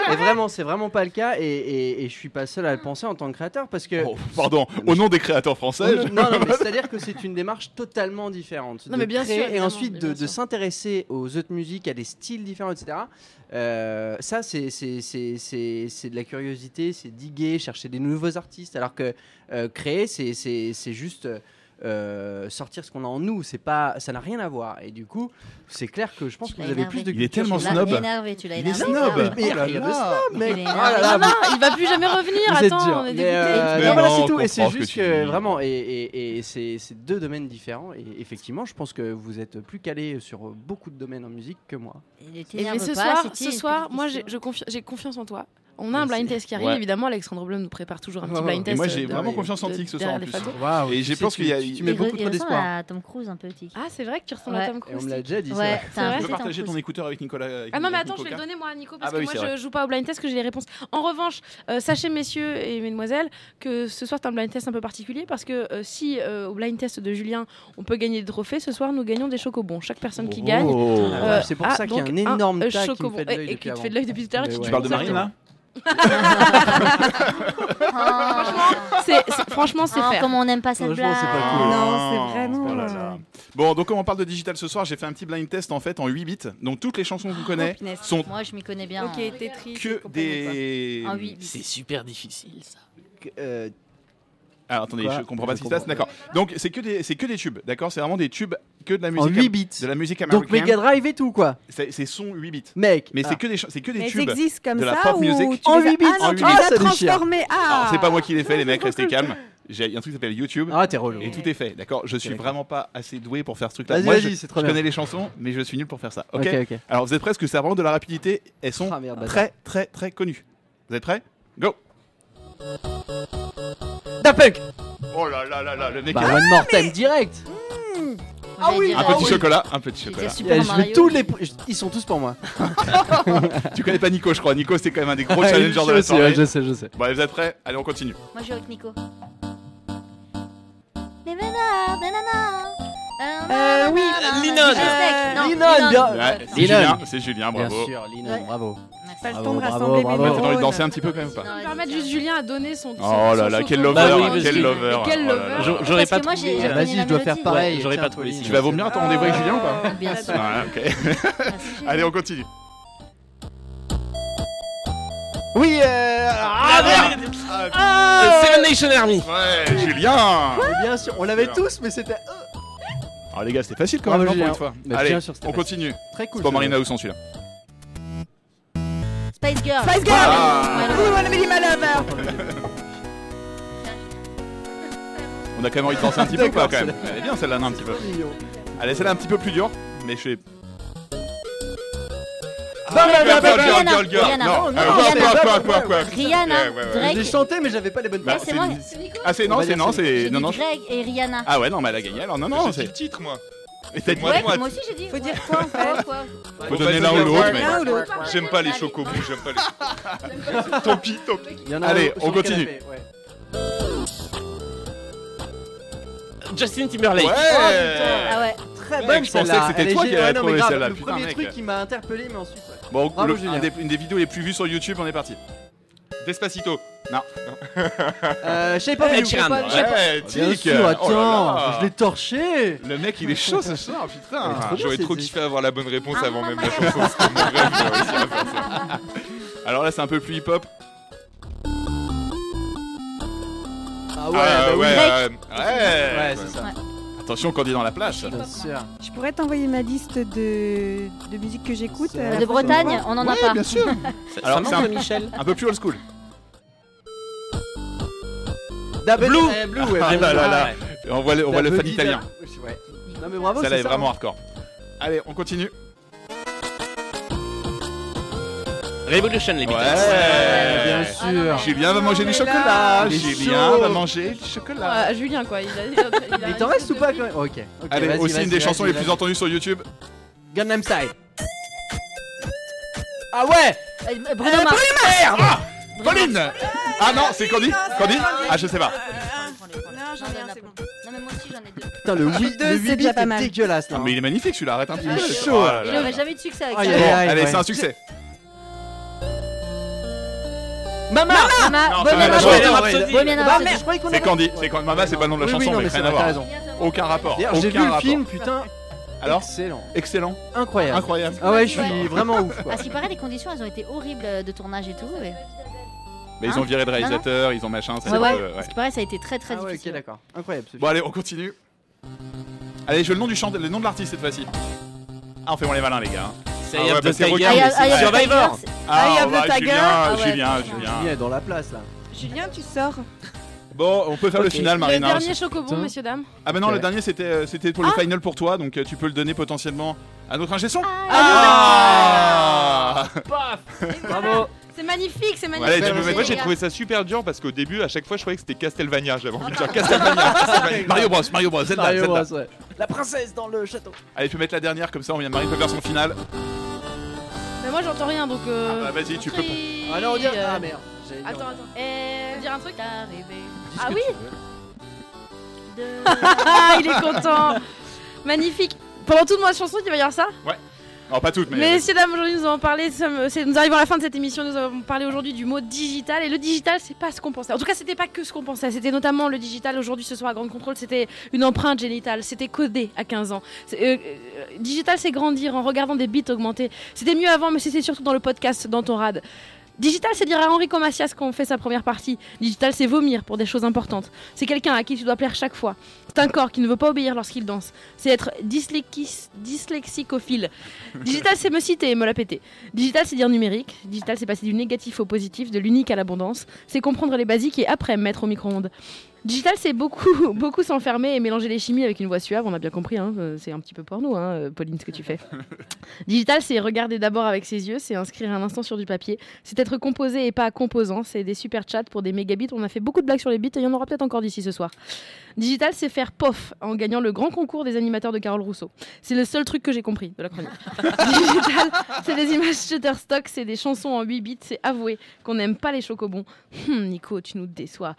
Speaker 9: Mais vraiment, c'est vraiment pas le cas, et, et, et je suis pas seul à le penser en tant que créateur, parce que.
Speaker 8: Oh,
Speaker 5: Pardon, au nom des créateurs français. je-
Speaker 9: Non, non,
Speaker 8: (laughs)
Speaker 9: mais c'est-à-dire que c'est une démarche totalement différente.
Speaker 7: Non,
Speaker 9: de
Speaker 7: mais bien
Speaker 9: créer
Speaker 7: sûr,
Speaker 9: Et
Speaker 7: évidemment,
Speaker 9: ensuite
Speaker 7: mais
Speaker 9: de,
Speaker 7: bien
Speaker 9: de s'intéresser aux autres musiques, à des styles différents, etc. Euh, ça, c'est c'est- c'est- c'est- c'est de la curiosité, c'est diguer, chercher des nouveaux artistes. Alors que euh, créer, c'est- c'est c'est juste. euh, euh, sortir ce qu'on a en nous. C'est pas, ça n'a rien à voir. Et du coup, c'est clair que je pense que vous
Speaker 8: l'as
Speaker 9: avez plus de.
Speaker 8: énervé. Il est
Speaker 9: culture
Speaker 8: tellement
Speaker 9: sur-
Speaker 8: snob. Tu l'as énervé, tu l'as
Speaker 9: Il est
Speaker 8: énervé.
Speaker 9: snob.
Speaker 8: Ah ouais.
Speaker 9: Mais- mais-
Speaker 8: Oh là
Speaker 9: il est
Speaker 8: là.
Speaker 9: le snob, mec.
Speaker 8: Il est
Speaker 9: Oh là là,
Speaker 7: énervé.
Speaker 9: vous-
Speaker 7: Il va plus jamais revenir,
Speaker 9: Vous êtes
Speaker 7: attends,
Speaker 9: dur.
Speaker 7: on est
Speaker 9: Mais,
Speaker 7: dégoûté.
Speaker 9: euh,
Speaker 7: Mais
Speaker 9: non, voilà,
Speaker 7: non,
Speaker 9: c'est
Speaker 7: on
Speaker 9: tout. Et c'est
Speaker 7: comprend ce que
Speaker 9: juste
Speaker 7: tu
Speaker 9: que
Speaker 7: dis.
Speaker 9: vraiment, et, et- et c'est c'est deux domaines différents. Et effectivement, je pense que vous êtes plus calé sur beaucoup de domaines en musique que moi.
Speaker 7: Et mais ce soir, ce soir, moi j'ai je confi- j'ai confiance en toi. On a un blind test qui arrive,
Speaker 5: Ouais.
Speaker 7: évidemment. Alexandre Blum nous prépare toujours un petit
Speaker 5: Ouais, ouais.
Speaker 7: blind test.
Speaker 5: Et moi,
Speaker 7: euh,
Speaker 5: j'ai
Speaker 7: dans
Speaker 5: vraiment
Speaker 7: les-
Speaker 5: confiance en
Speaker 7: de-
Speaker 5: Tic ce soir
Speaker 7: derrière
Speaker 5: en
Speaker 7: les
Speaker 5: plus.
Speaker 7: photos.
Speaker 5: Waouh, et j'ai pense qu'il y a.
Speaker 8: Il re- il ressemble à Tom Cruise un peu tic.
Speaker 7: Ah, c'est vrai que tu ressembles à
Speaker 8: Ouais.
Speaker 7: Tom Cruise.
Speaker 5: on me l'a
Speaker 7: Tic.
Speaker 5: déjà dit, ça.
Speaker 8: Ouais,
Speaker 5: C'est
Speaker 8: t'as un
Speaker 5: vrai.
Speaker 8: peu
Speaker 5: Je peux
Speaker 8: Tom
Speaker 5: partager
Speaker 8: Cruise.
Speaker 5: ton écouteur avec Nicolas. avec-
Speaker 7: Ah non, mais
Speaker 5: avec
Speaker 7: attends, je vais le
Speaker 5: Nicoca.
Speaker 7: donner moi à Nico
Speaker 5: Ah
Speaker 7: parce
Speaker 5: bah oui,
Speaker 7: que
Speaker 5: c'est
Speaker 7: moi
Speaker 5: vrai.
Speaker 7: je joue pas au blind test que j'ai les réponses. En revanche, euh, sachez messieurs et mesdemoiselles que ce soir c'est un blind test un peu particulier parce que euh, si euh, au blind test de Julien on peut gagner des trophées, ce soir nous gagnons des chocobons. Chaque personne qui
Speaker 9: Oh.
Speaker 7: gagne.
Speaker 9: Ah ouais, c'est pour
Speaker 7: a
Speaker 9: ça qu'il y a
Speaker 7: donc
Speaker 9: un énorme
Speaker 7: euh,
Speaker 9: tas qui me
Speaker 7: chocobon.
Speaker 9: fait de l'œil
Speaker 7: Et- et
Speaker 9: depuis
Speaker 7: qui te
Speaker 9: avant.
Speaker 7: fait de l'œil depuis tout à l'heure.
Speaker 9: Mais
Speaker 7: qui
Speaker 9: ouais.
Speaker 7: te
Speaker 9: Tu parles de
Speaker 7: dit
Speaker 9: Marine,
Speaker 7: exactement.
Speaker 9: là
Speaker 7: Franchement, c'est- c'est- Franchement, c'est
Speaker 8: Oh,
Speaker 7: faire.
Speaker 8: comment Ah, on n'aime pas cette
Speaker 5: Franchement, c'est pas
Speaker 8: blague.
Speaker 5: cool.
Speaker 8: Ah Non, c'est vraiment-
Speaker 5: Oh là là. Bon, donc comme on parle de digital ce soir, j'ai fait un petit blind test en fait en 8 bits. Donc toutes les chansons qu'on connaît
Speaker 8: punaise.
Speaker 5: sont
Speaker 8: Moi, je m'y connais bien.
Speaker 11: Ok, Tetris
Speaker 8: et
Speaker 5: que
Speaker 8: compagnie,
Speaker 5: des.
Speaker 8: quoi. En huit bits.
Speaker 13: C'est super difficile ça.
Speaker 5: Alors Ah, attendez,
Speaker 9: euh, Quoi
Speaker 5: je comprends pas
Speaker 9: Je
Speaker 5: ce qui se passe. D'accord. Donc c'est que des, c'est que des tubes, d'accord. C'est vraiment des tubes que de la musique.
Speaker 9: En 8
Speaker 5: bits. De la musique américaine.
Speaker 9: Donc Mega Drive et tout quoi.
Speaker 5: C'est c'est son 8 bits.
Speaker 9: Mec.
Speaker 5: Mais c'est
Speaker 9: ah.
Speaker 5: que des, cha- c'est que des
Speaker 9: Mais elles
Speaker 5: tubes.
Speaker 9: existent comme
Speaker 5: de la
Speaker 9: ça
Speaker 5: pop
Speaker 9: ou
Speaker 5: music.
Speaker 9: tu En les as- huit bits.
Speaker 5: En
Speaker 9: Ah non,
Speaker 5: huit
Speaker 9: tu les as
Speaker 5: bits. Ça déchire.
Speaker 9: transformés. Ah.
Speaker 5: Alors, C'est pas moi qui l'ai fait, les mecs,
Speaker 9: (laughs)
Speaker 5: restez calmes. J'ai il y a un truc qui s'appelle YouTube.
Speaker 9: Ah, t'es relou.
Speaker 5: Et tout est fait, d'accord. Je suis
Speaker 9: d'accord.
Speaker 5: vraiment pas assez doué pour faire ce truc-là.
Speaker 9: Vas-y,
Speaker 5: Moi,
Speaker 9: vas-y,
Speaker 5: je,
Speaker 9: c'est trop
Speaker 5: je
Speaker 9: bien.
Speaker 5: connais les chansons, mais je suis nul pour faire ça. Ok.
Speaker 9: Ok, ok.
Speaker 5: Alors vous êtes prêts Parce que c'est vraiment de la rapidité. Elles sont
Speaker 9: Ah, merde, bâtard.
Speaker 5: très, très, très connues. Vous êtes prêts Go.
Speaker 9: Da Punk.
Speaker 5: Oh là là là là, le mec.
Speaker 9: Bah,
Speaker 5: est-
Speaker 9: One More Time direct.
Speaker 5: Ah oui. Un
Speaker 9: Ah
Speaker 5: petit
Speaker 9: oui.
Speaker 5: chocolat, un petit chocolat.
Speaker 9: Eh, je veux tous les... je- Ils sont tous pour moi.
Speaker 5: tu connais pas Nico, je crois. Nico, c'est quand même un des
Speaker 9: (laughs)
Speaker 5: gros
Speaker 9: Ouais,
Speaker 5: challengers
Speaker 9: Ah, je
Speaker 5: de la
Speaker 9: sais, ouais,
Speaker 5: soirée.
Speaker 9: je sais, je sais.
Speaker 5: Bon, allez, vous êtes prêts Allez, on continue.
Speaker 8: Moi, je joue avec Nico. Les bananes, nanana.
Speaker 11: Euh, oui,
Speaker 8: nanana,
Speaker 11: Linon.
Speaker 8: nanana, steak. Non, Linon.
Speaker 5: Ouais, c'est
Speaker 9: Linon.
Speaker 5: Julien, c'est Julien, bravo.
Speaker 9: Bien sûr, Linon,
Speaker 8: Ouais.
Speaker 9: bravo.
Speaker 8: Pas le
Speaker 9: Bravo,
Speaker 8: temps de
Speaker 9: bravo,
Speaker 8: rassembler
Speaker 9: bravo.
Speaker 8: mes
Speaker 5: T'as envie de danser un petit peu quand même ou pas
Speaker 7: Je vais permettre juste Julien à donner son.
Speaker 5: Oh là là, quel lover,
Speaker 13: Bah oui, parce
Speaker 5: quel
Speaker 13: que-
Speaker 5: lover.
Speaker 9: Ah
Speaker 13: quel
Speaker 5: Oh là
Speaker 13: lover.
Speaker 5: là.
Speaker 13: J'a- j'aurais Parce pas que moi, trouvé, j'ai- j'ai euh,
Speaker 9: Vas-y, je dois faire pareil.
Speaker 13: Ouais, j'aurais
Speaker 9: tiens,
Speaker 13: pas trouvé
Speaker 9: Pauline.
Speaker 13: sinon.
Speaker 5: Tu vas vomir à ton rendez-vous avec Julien ou pas
Speaker 8: (laughs) Bien sûr.
Speaker 5: Ouais, ok. Allez, on continue.
Speaker 9: Oui, euh... Ah, merde
Speaker 13: Ah,
Speaker 9: Euh,
Speaker 13: Seven Nation Army.
Speaker 5: Ouais, Julien
Speaker 9: Mais Bien sûr, on l'avait tous, mais c'était...
Speaker 5: Ah les gars, c'était facile quand
Speaker 9: Bravo,
Speaker 5: même non, pour une
Speaker 9: Julien.
Speaker 5: fois.
Speaker 9: Bah,
Speaker 5: Allez,
Speaker 9: bien sûr, c'était
Speaker 5: on
Speaker 9: facile.
Speaker 5: continue.
Speaker 9: Très cool,
Speaker 5: C'est pas
Speaker 9: celui-là.
Speaker 5: Marina ou sans celui-là.
Speaker 8: Spice Girl.
Speaker 11: Spice Girl.
Speaker 5: Ah.
Speaker 11: We wanna be my lover.
Speaker 5: On a quand même envie de danser un petit peu ou pas
Speaker 9: D'accord,
Speaker 5: quand même Elle est bien celle-là, non, un petit peu. Allez, celle-là un petit peu plus dure, mais je
Speaker 9: Eh
Speaker 5: suis.
Speaker 9: ben, Bah, bah, bah, bah,
Speaker 5: girl,
Speaker 9: bah,
Speaker 5: girl, girl.
Speaker 9: Rihanna.
Speaker 5: Non,
Speaker 9: Non,
Speaker 5: euh,
Speaker 9: non,
Speaker 5: quoi,
Speaker 9: mais-
Speaker 5: quoi, quoi, quoi, quoi.
Speaker 8: Rihanna,
Speaker 5: Eh, Ouais, ouais, ouais.
Speaker 8: Drake.
Speaker 9: J'ai chanté, mais j'avais pas les bonnes
Speaker 5: Bah,
Speaker 8: c'est moi.
Speaker 5: Ah, c'est
Speaker 9: On
Speaker 5: non,
Speaker 9: va
Speaker 5: c'est
Speaker 9: dire
Speaker 5: non,
Speaker 9: c'est-
Speaker 5: c'est.
Speaker 8: J'ai
Speaker 5: Non,
Speaker 8: dit
Speaker 5: non.
Speaker 8: Greg et Rihanna.
Speaker 5: Ah ouais, non, mais elle a gagné. Alors non,
Speaker 9: Oh,
Speaker 5: non,
Speaker 6: J'ai dit
Speaker 5: c'est.
Speaker 6: le titre, moi.
Speaker 5: Et t'as dit-
Speaker 6: Ouais,
Speaker 8: Ouais,
Speaker 6: moi,
Speaker 8: moi aussi j'ai dit. Faut dire
Speaker 1: quoi en fait
Speaker 8: quoi
Speaker 5: Faut donner l'un ou l'autre, mais.
Speaker 1: ou l'autre.
Speaker 6: J'aime pas les chocobons, j'aime pas les.
Speaker 5: Tant pis, tant pis.
Speaker 9: Il y en a
Speaker 5: Allez,
Speaker 9: un sur
Speaker 5: on
Speaker 9: le
Speaker 5: continue.
Speaker 9: canapé, ouais.
Speaker 13: Justin Timberlake.
Speaker 8: Ah ouais.
Speaker 9: Très
Speaker 5: Mec,
Speaker 9: bonne
Speaker 5: je pensais
Speaker 9: celle-là.
Speaker 5: que c'était
Speaker 9: Elle est
Speaker 5: toi qui
Speaker 9: géniale.
Speaker 5: avais
Speaker 9: Ouais, non,
Speaker 5: trouvé
Speaker 9: mais grave,
Speaker 5: celle-là.
Speaker 9: Le
Speaker 5: Putain,
Speaker 9: premier
Speaker 5: mec.
Speaker 9: truc qui m'a interpellé, mais ensuite. ouais.
Speaker 5: Bon,
Speaker 9: Bravo,
Speaker 5: le-
Speaker 9: Julien.
Speaker 5: un des- une des vidéos les plus vues sur YouTube, on est parti.
Speaker 6: Despacito.
Speaker 5: Non.
Speaker 9: Euh, Shape of
Speaker 5: Eh,
Speaker 9: You.
Speaker 5: Sheeran,
Speaker 9: Shape of-
Speaker 5: ouais,
Speaker 9: Bien
Speaker 5: tic.
Speaker 9: sûr,
Speaker 5: Oh là
Speaker 9: attends,
Speaker 5: là.
Speaker 9: je l'ai torché.
Speaker 5: Le mec, il est chaud ce soir, putain.
Speaker 9: trop bien,
Speaker 6: ah, J'aurais
Speaker 9: c'est-
Speaker 6: trop kiffé à avoir la bonne réponse
Speaker 8: Ah,
Speaker 6: avant même
Speaker 8: maman,
Speaker 6: la chanson. C'était mon rêve, j'aurais réussi à faire ça.
Speaker 5: Alors là, c'est un peu plus hip-hop.
Speaker 9: Ah
Speaker 5: Ah
Speaker 9: ouais, bah oui.
Speaker 5: ouais, ouais,
Speaker 1: Drake.
Speaker 5: ouais.
Speaker 9: Ouais,
Speaker 8: ah,
Speaker 9: c'est ça.
Speaker 5: Attention, quand il est dans la plage.
Speaker 9: Bien sûr.
Speaker 1: Je pourrais t'envoyer ma liste de, de musique que j'écoute. euh, la
Speaker 8: De
Speaker 1: prochaine
Speaker 8: Bretagne,
Speaker 1: fois.
Speaker 8: on en a
Speaker 5: Ouais,
Speaker 8: pas.
Speaker 5: bien sûr.
Speaker 13: Alors,
Speaker 5: c'est
Speaker 13: ça hein. manque
Speaker 5: un-
Speaker 13: de Michel.
Speaker 5: Un peu plus old school.
Speaker 9: Da Buggy-
Speaker 13: Blue.
Speaker 9: eh, Blue, ouais,
Speaker 5: Ah
Speaker 9: Blue.
Speaker 5: là là là.
Speaker 13: ouais.
Speaker 5: Et On voit le, on voit
Speaker 9: Da
Speaker 5: le fan
Speaker 9: Buggy,
Speaker 5: italien.
Speaker 9: Da- Ouais. Non mais bravo,
Speaker 5: Celle-là
Speaker 9: c'est
Speaker 5: est
Speaker 9: ça.
Speaker 5: vraiment hardcore. Oh, Allez, on continue.
Speaker 13: Revolution, les Beatles.
Speaker 8: Ah,
Speaker 9: Bien sûr.
Speaker 5: Julien va manger du
Speaker 7: mais
Speaker 5: chocolat.
Speaker 9: là, il est
Speaker 5: Julien
Speaker 9: chaud.
Speaker 5: va manger du chocolat.
Speaker 7: Ah, Julien quoi, il a. il a- il a-
Speaker 9: hein. Il t'en reste ou pas quand même Ok. ok,
Speaker 5: Allez,
Speaker 9: vas-y,
Speaker 5: aussi
Speaker 9: vas-y,
Speaker 5: une des
Speaker 9: vas-y,
Speaker 5: chansons les
Speaker 9: vas-y.
Speaker 5: plus entendues sur YouTube.
Speaker 9: Gangnam Style. Ah ouais Eh,
Speaker 8: Euh, Bruno Mars.
Speaker 5: Ah Pauline Ah non, c'est Candy Candy Ah, je sais pas.
Speaker 1: Non, j'en ai un, c'est bon.
Speaker 8: Euh, Non mais moi aussi j'en ai deux.
Speaker 9: Putain, le oui,
Speaker 1: deux,
Speaker 9: le
Speaker 1: c'est
Speaker 9: 8
Speaker 1: déjà pas
Speaker 9: est
Speaker 1: mal.
Speaker 9: dégueulasse là.
Speaker 5: Ah, mais il est magnifique celui-là, arrête un petit
Speaker 9: Il
Speaker 5: peu.
Speaker 9: est
Speaker 5: c'est-
Speaker 9: chaud.
Speaker 5: oh là là.
Speaker 8: J'aurais jamais eu de succès avec
Speaker 9: Aïe,
Speaker 8: ça.
Speaker 9: aïe,
Speaker 5: Bon,
Speaker 9: aïe.
Speaker 5: allez,
Speaker 9: ouais.
Speaker 5: c'est un succès.
Speaker 8: Mama,
Speaker 9: Mama
Speaker 5: Non, ça va,
Speaker 8: Bohemian
Speaker 5: ouais,
Speaker 8: Rhapsody. Bohemian
Speaker 9: Bah,
Speaker 8: Rhapsody.
Speaker 9: merde, je croyais qu'on
Speaker 5: C'est
Speaker 9: avait-
Speaker 5: Candy, c'est Candy. Mama, c'est pas le nom de la
Speaker 9: Oui, oui,
Speaker 5: chanson,
Speaker 9: non,
Speaker 5: mais
Speaker 9: mais
Speaker 5: rien
Speaker 9: c'est
Speaker 5: à
Speaker 9: vrai, t'as
Speaker 5: voir.
Speaker 9: raison.
Speaker 5: Aucun rapport.
Speaker 9: D'ailleurs, j'ai vu
Speaker 5: Aucun
Speaker 9: le
Speaker 5: rapport.
Speaker 9: film, putain.
Speaker 5: Alors
Speaker 9: Excellent.
Speaker 5: Excellent.
Speaker 9: Incroyable.
Speaker 5: Incroyable.
Speaker 9: Ah ouais, je
Speaker 8: Ouais.
Speaker 9: suis vraiment ouf.
Speaker 7: Ah,
Speaker 9: quoi.
Speaker 8: À ce qui paraît, les conditions elles ont été horribles euh, de tournage et tout. ouais.
Speaker 5: Mais ils ont
Speaker 8: Hein
Speaker 5: viré le
Speaker 8: Non, non.
Speaker 5: réalisateur, ils ont machin, c'est
Speaker 8: Ouais,
Speaker 5: un
Speaker 8: ouais.
Speaker 5: peu- ouais.
Speaker 8: À ce qui paraît, ça a été très très
Speaker 9: Ah ouais, ok,
Speaker 8: difficile.
Speaker 9: d'accord. Incroyable. ce
Speaker 5: Bon
Speaker 9: film.
Speaker 5: allez, on continue. Allez, je veux le nom du chant, le nom de l'artiste cette fois-ci. Ah, on fait moins les malins, les gars.
Speaker 13: C'est
Speaker 5: ah,
Speaker 13: Eye of the
Speaker 5: bah, c'est
Speaker 13: Tiger,
Speaker 5: Rocky,
Speaker 13: mais
Speaker 5: mais
Speaker 13: c'est- Eye of the
Speaker 5: Survivor.
Speaker 13: Tiger, c'est-
Speaker 5: Ah,
Speaker 13: Eye of
Speaker 5: bah,
Speaker 13: the Tiger. Ah ouais,
Speaker 5: Julien, Julien,
Speaker 13: franchement.
Speaker 5: Julien.
Speaker 9: est dans la place là.
Speaker 1: Julien, tu sors.
Speaker 5: Bon, on peut faire
Speaker 13: Ok.
Speaker 5: le final,
Speaker 13: Le
Speaker 5: Marina.
Speaker 13: dernier
Speaker 5: aussi.
Speaker 7: chocobon,
Speaker 5: Putain.
Speaker 7: messieurs, dames.
Speaker 5: Ah, bah non,
Speaker 13: Ok.
Speaker 5: le dernier c'était euh, c'était pour le final pour toi, donc euh, tu peux le donner potentiellement à notre ingé son.
Speaker 8: Ah,
Speaker 5: Ah,
Speaker 7: Bravo. (laughs) C'est magnifique, c'est magnifique.
Speaker 5: Allez, tu me mets-
Speaker 6: Moi j'ai trouvé ça super dur parce qu'au début à chaque fois je croyais que c'était Castelvania, j'avais envie de dire (laughs) Castelvania, Castelvania.
Speaker 5: Mario Bros, Mario Bros, Zelda,
Speaker 6: Mario
Speaker 5: Zelda.
Speaker 6: Bros, ouais.
Speaker 9: La princesse dans le château.
Speaker 5: Allez, tu peux mettre la dernière comme ça, on vient Marie peut faire son final.
Speaker 7: Mais moi, j'entends rien, donc. euh,
Speaker 5: Ah, vas-y, tu peux.
Speaker 7: Ah non, on dirait. Ah merde.
Speaker 9: J'ai-
Speaker 7: Attends, attends. Et dire un truc Ah
Speaker 9: que
Speaker 7: oui (laughs) Ah, il est content. Magnifique. Pendant toute ma chanson, il va y avoir ça
Speaker 5: Non, Oh, pas toutes, mais.
Speaker 7: Messieurs, dames, aujourd'hui nous avons parlé, nous sommes- c'est- nous arrivons à la fin de cette émission, nous avons parlé aujourd'hui du mot digital et le digital c'est pas ce qu'on pensait. En tout cas c'était pas que ce qu'on pensait, c'était notamment le digital aujourd'hui ce soir à Grande Contrôle, c'était une empreinte génitale, c'était codé à 15 ans. C'est- euh, euh, digital c'est grandir en regardant des bits augmenter. C'était mieux avant mais c'était surtout dans le podcast, dans ton rad. Digital, c'est dire à Henri Comasias qu'on fait sa première partie. Digital, c'est vomir pour des choses importantes. C'est quelqu'un à qui tu dois plaire chaque fois. C'est un corps qui ne veut pas obéir lorsqu'il danse. C'est être dyslexis- dyslexicophile. Digital, c'est me citer et me la péter. Digital, c'est dire numérique. Digital, c'est passer du négatif au positif, de l'unique à l'abondance. C'est comprendre les basiques et après mettre au micro-ondes. Digital, c'est beaucoup, (laughs) beaucoup s'enfermer et mélanger les chimies avec une voix suave. On a bien compris, hein, euh, c'est un petit peu porno, hein, euh, Pauline, ce que tu fais. Digital, c'est regarder d'abord avec ses yeux, c'est inscrire un instant sur du papier, c'est être composé et pas composant, c'est des super chats pour des mégabits. On a fait beaucoup de blagues sur les bits et il y en aura peut-être encore d'ici ce soir. Digital, c'est faire pof en gagnant le grand concours des animateurs de Carole Rousseau. C'est le seul truc que j'ai compris de la chronique. Digital, c'est des images Shutterstock, c'est des chansons en 8 bits, c'est avouer qu'on n'aime pas les chocobons. Hum, Nico, tu nous déçois.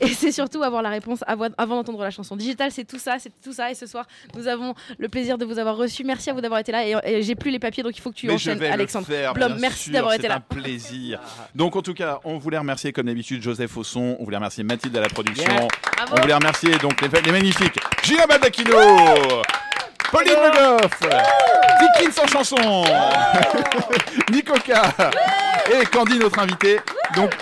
Speaker 7: Et c'est surtout avoir la réponse avo- avant d'entendre la chanson. Digital, c'est tout ça, c'est tout ça. Et ce soir, nous avons le plaisir de vous avoir reçu. Merci à vous d'avoir été là. Et, et j'ai plus les papiers, donc il faut que tu
Speaker 5: Mais je
Speaker 7: enchaînes,
Speaker 5: vais le
Speaker 7: Alexandre.
Speaker 5: faire,
Speaker 7: Blom,
Speaker 5: bien
Speaker 7: merci
Speaker 5: sûr,
Speaker 7: d'avoir été là. Ah.
Speaker 5: C'est un
Speaker 7: (laughs)
Speaker 5: plaisir. Donc, en tout cas, on voulait remercier, comme d'habitude, Joseph Ausson. On voulait remercier Mathilde à la production.
Speaker 7: Yeah.
Speaker 5: On
Speaker 7: Bravo.
Speaker 5: voulait remercier donc les, les magnifiques Gina Baldacchino, Pauline Le Goff, Dickens sans chanson, (laughs) Nico K et Candy, notre invité. Donc,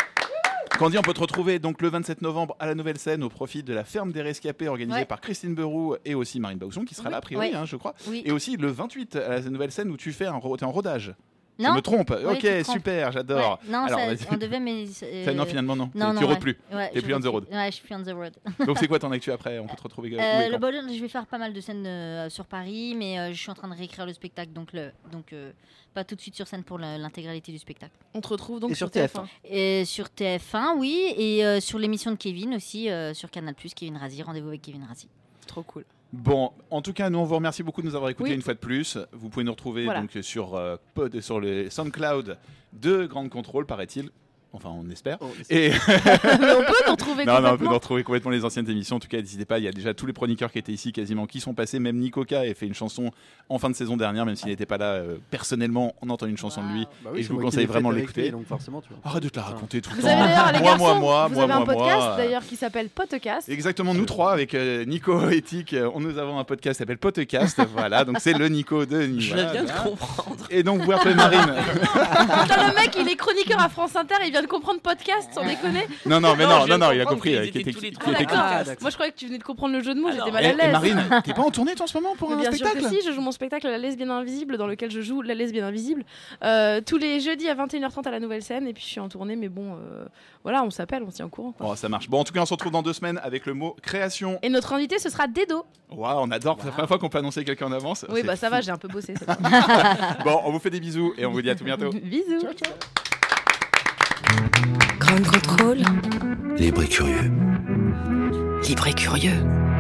Speaker 5: Candy, on peut te retrouver donc le 27 novembre à la nouvelle scène au profit de la ferme des rescapés organisée
Speaker 8: Ouais.
Speaker 5: par Christine Beroux et aussi Marine Bausson qui sera là a priori,
Speaker 8: Ouais.
Speaker 5: hein, je crois.
Speaker 8: Oui.
Speaker 5: Et aussi le 28 à la nouvelle scène où tu fais un, ro- t'es en rodage.
Speaker 8: Non.
Speaker 5: Je me trompe.
Speaker 8: Oui, tu te
Speaker 5: ok,
Speaker 8: trompes.
Speaker 5: super, j'adore.
Speaker 8: Ouais. Non,
Speaker 5: Alors,
Speaker 8: ça-
Speaker 5: vas-y.
Speaker 8: on devait, mais. euh,
Speaker 5: Ça, non, finalement, non.
Speaker 8: Non,
Speaker 5: Tu-
Speaker 8: non,
Speaker 5: tu
Speaker 8: ouais.
Speaker 5: roules
Speaker 8: (laughs)
Speaker 5: plus.
Speaker 8: Ouais,
Speaker 5: T'es
Speaker 8: je
Speaker 5: plus on the
Speaker 8: roule
Speaker 5: road.
Speaker 8: plus. Ouais, je suis plus on the road.
Speaker 5: Donc c'est quoi ton actu après On peut te retrouver. où et
Speaker 8: Euh,
Speaker 5: quand
Speaker 8: le ballon, je vais faire pas mal de scènes euh, sur Paris, mais euh, je suis en train de réécrire le spectacle, donc, le, donc euh, pas tout de suite sur scène pour la- l'intégralité du spectacle.
Speaker 7: On te retrouve donc
Speaker 9: Et sur sur TF1.
Speaker 8: Et sur TF1, oui, et euh, sur l'émission de Kevin aussi, euh, sur Canal+, Kevin Razi, rendez-vous avec Kevin Razi.
Speaker 7: Trop cool.
Speaker 5: Bon, en tout cas, nous on vous remercie beaucoup de nous avoir écoutés
Speaker 8: Oui.
Speaker 5: une fois de plus. Vous pouvez nous retrouver
Speaker 8: Voilà.
Speaker 5: donc sur euh, Pod, sur le SoundCloud de Grande Contrôle, paraît-il. Enfin, on espère. Et
Speaker 7: Mais on peut nous
Speaker 5: (laughs)
Speaker 7: retrouver
Speaker 5: non, non, on peut
Speaker 7: complètement.
Speaker 5: nous retrouver complètement les anciennes émissions. En tout cas, n'hésitez pas. Il y a déjà tous les chroniqueurs qui étaient ici quasiment qui sont passés. Même Nico K a fait une chanson en fin de saison dernière, même s'il n'était pas là euh, personnellement. On entend une chanson de lui
Speaker 9: Bah oui,
Speaker 5: et
Speaker 9: c'est
Speaker 5: je vous
Speaker 9: moi qui
Speaker 5: conseille
Speaker 9: l'ai faite
Speaker 5: vraiment de
Speaker 9: avec lui,
Speaker 5: l'écouter.
Speaker 9: donc forcément, tu vois.
Speaker 5: Arrête de te la raconter tout le
Speaker 7: Vous
Speaker 5: temps.
Speaker 7: avez d'ailleurs, les
Speaker 5: moi,
Speaker 7: garçons,
Speaker 5: moi, moi,
Speaker 7: vous
Speaker 5: moi,
Speaker 7: avez un
Speaker 5: moi, moi.
Speaker 7: podcast d'ailleurs qui
Speaker 5: (laughs)
Speaker 7: s'appelle Podcast.
Speaker 5: Exactement, nous trois avec euh, Nico (laughs) et Tic, euh, on nous avons un podcast qui s'appelle Podcast. (laughs) voilà, donc c'est le Nico de Nico.
Speaker 13: Je viens de comprendre.
Speaker 5: Et donc, vous appelez
Speaker 13: (laughs)
Speaker 5: Marine.
Speaker 7: Putain, le mec, il est chroniqueur à France Inter, il vient de comprendre Podcast, sans déconner.
Speaker 5: Non, non, mais non,
Speaker 13: je viens
Speaker 5: non,
Speaker 13: de
Speaker 5: non, il a
Speaker 13: comprendre
Speaker 5: compris,
Speaker 13: qu'ils
Speaker 5: euh, qui
Speaker 13: étaient
Speaker 5: était-
Speaker 13: tous
Speaker 5: (laughs)
Speaker 13: les
Speaker 5: qui
Speaker 13: trois
Speaker 5: était-
Speaker 13: d'accord.
Speaker 5: Ah,
Speaker 7: Moi, je croyais que tu venais de comprendre le jeu de mots, j'étais mal
Speaker 5: Et-
Speaker 7: à
Speaker 5: et
Speaker 7: l'aise.
Speaker 5: Marine,
Speaker 7: (laughs)
Speaker 5: t'es pas en tournée toi en ce moment pour
Speaker 7: bah, Mais
Speaker 5: un
Speaker 7: bien sûr
Speaker 5: spectacle
Speaker 7: que si, je joue mon spectacle La Lesbienne Invisible, dans lequel je joue La Lesbienne Invisible, euh, tous les jeudis à 21h30 à la Nouvelle Scène, et puis je suis en tournée, mais bon, euh, voilà, on s'appelle, on se tient au courant. quoi.
Speaker 5: Bon, ça marche. Bon, en tout cas, on se retrouve dans deux semaines avec le mot création.
Speaker 7: Et notre invité, ce sera Dedo.
Speaker 5: Waouh, on adore, c'est la première fois qu'on peut annoncer quelqu'un en avance.
Speaker 7: Oui,
Speaker 5: C'est
Speaker 7: bah ça
Speaker 5: fou.
Speaker 7: va, j'ai un peu bossé.
Speaker 5: (laughs)
Speaker 7: c'est bon.
Speaker 5: Bon, on vous fait des bisous et on vous dit à tout bientôt.
Speaker 7: Bisous.
Speaker 10: Grande contrôle.
Speaker 2: Libre et curieux.
Speaker 10: Libre et curieux.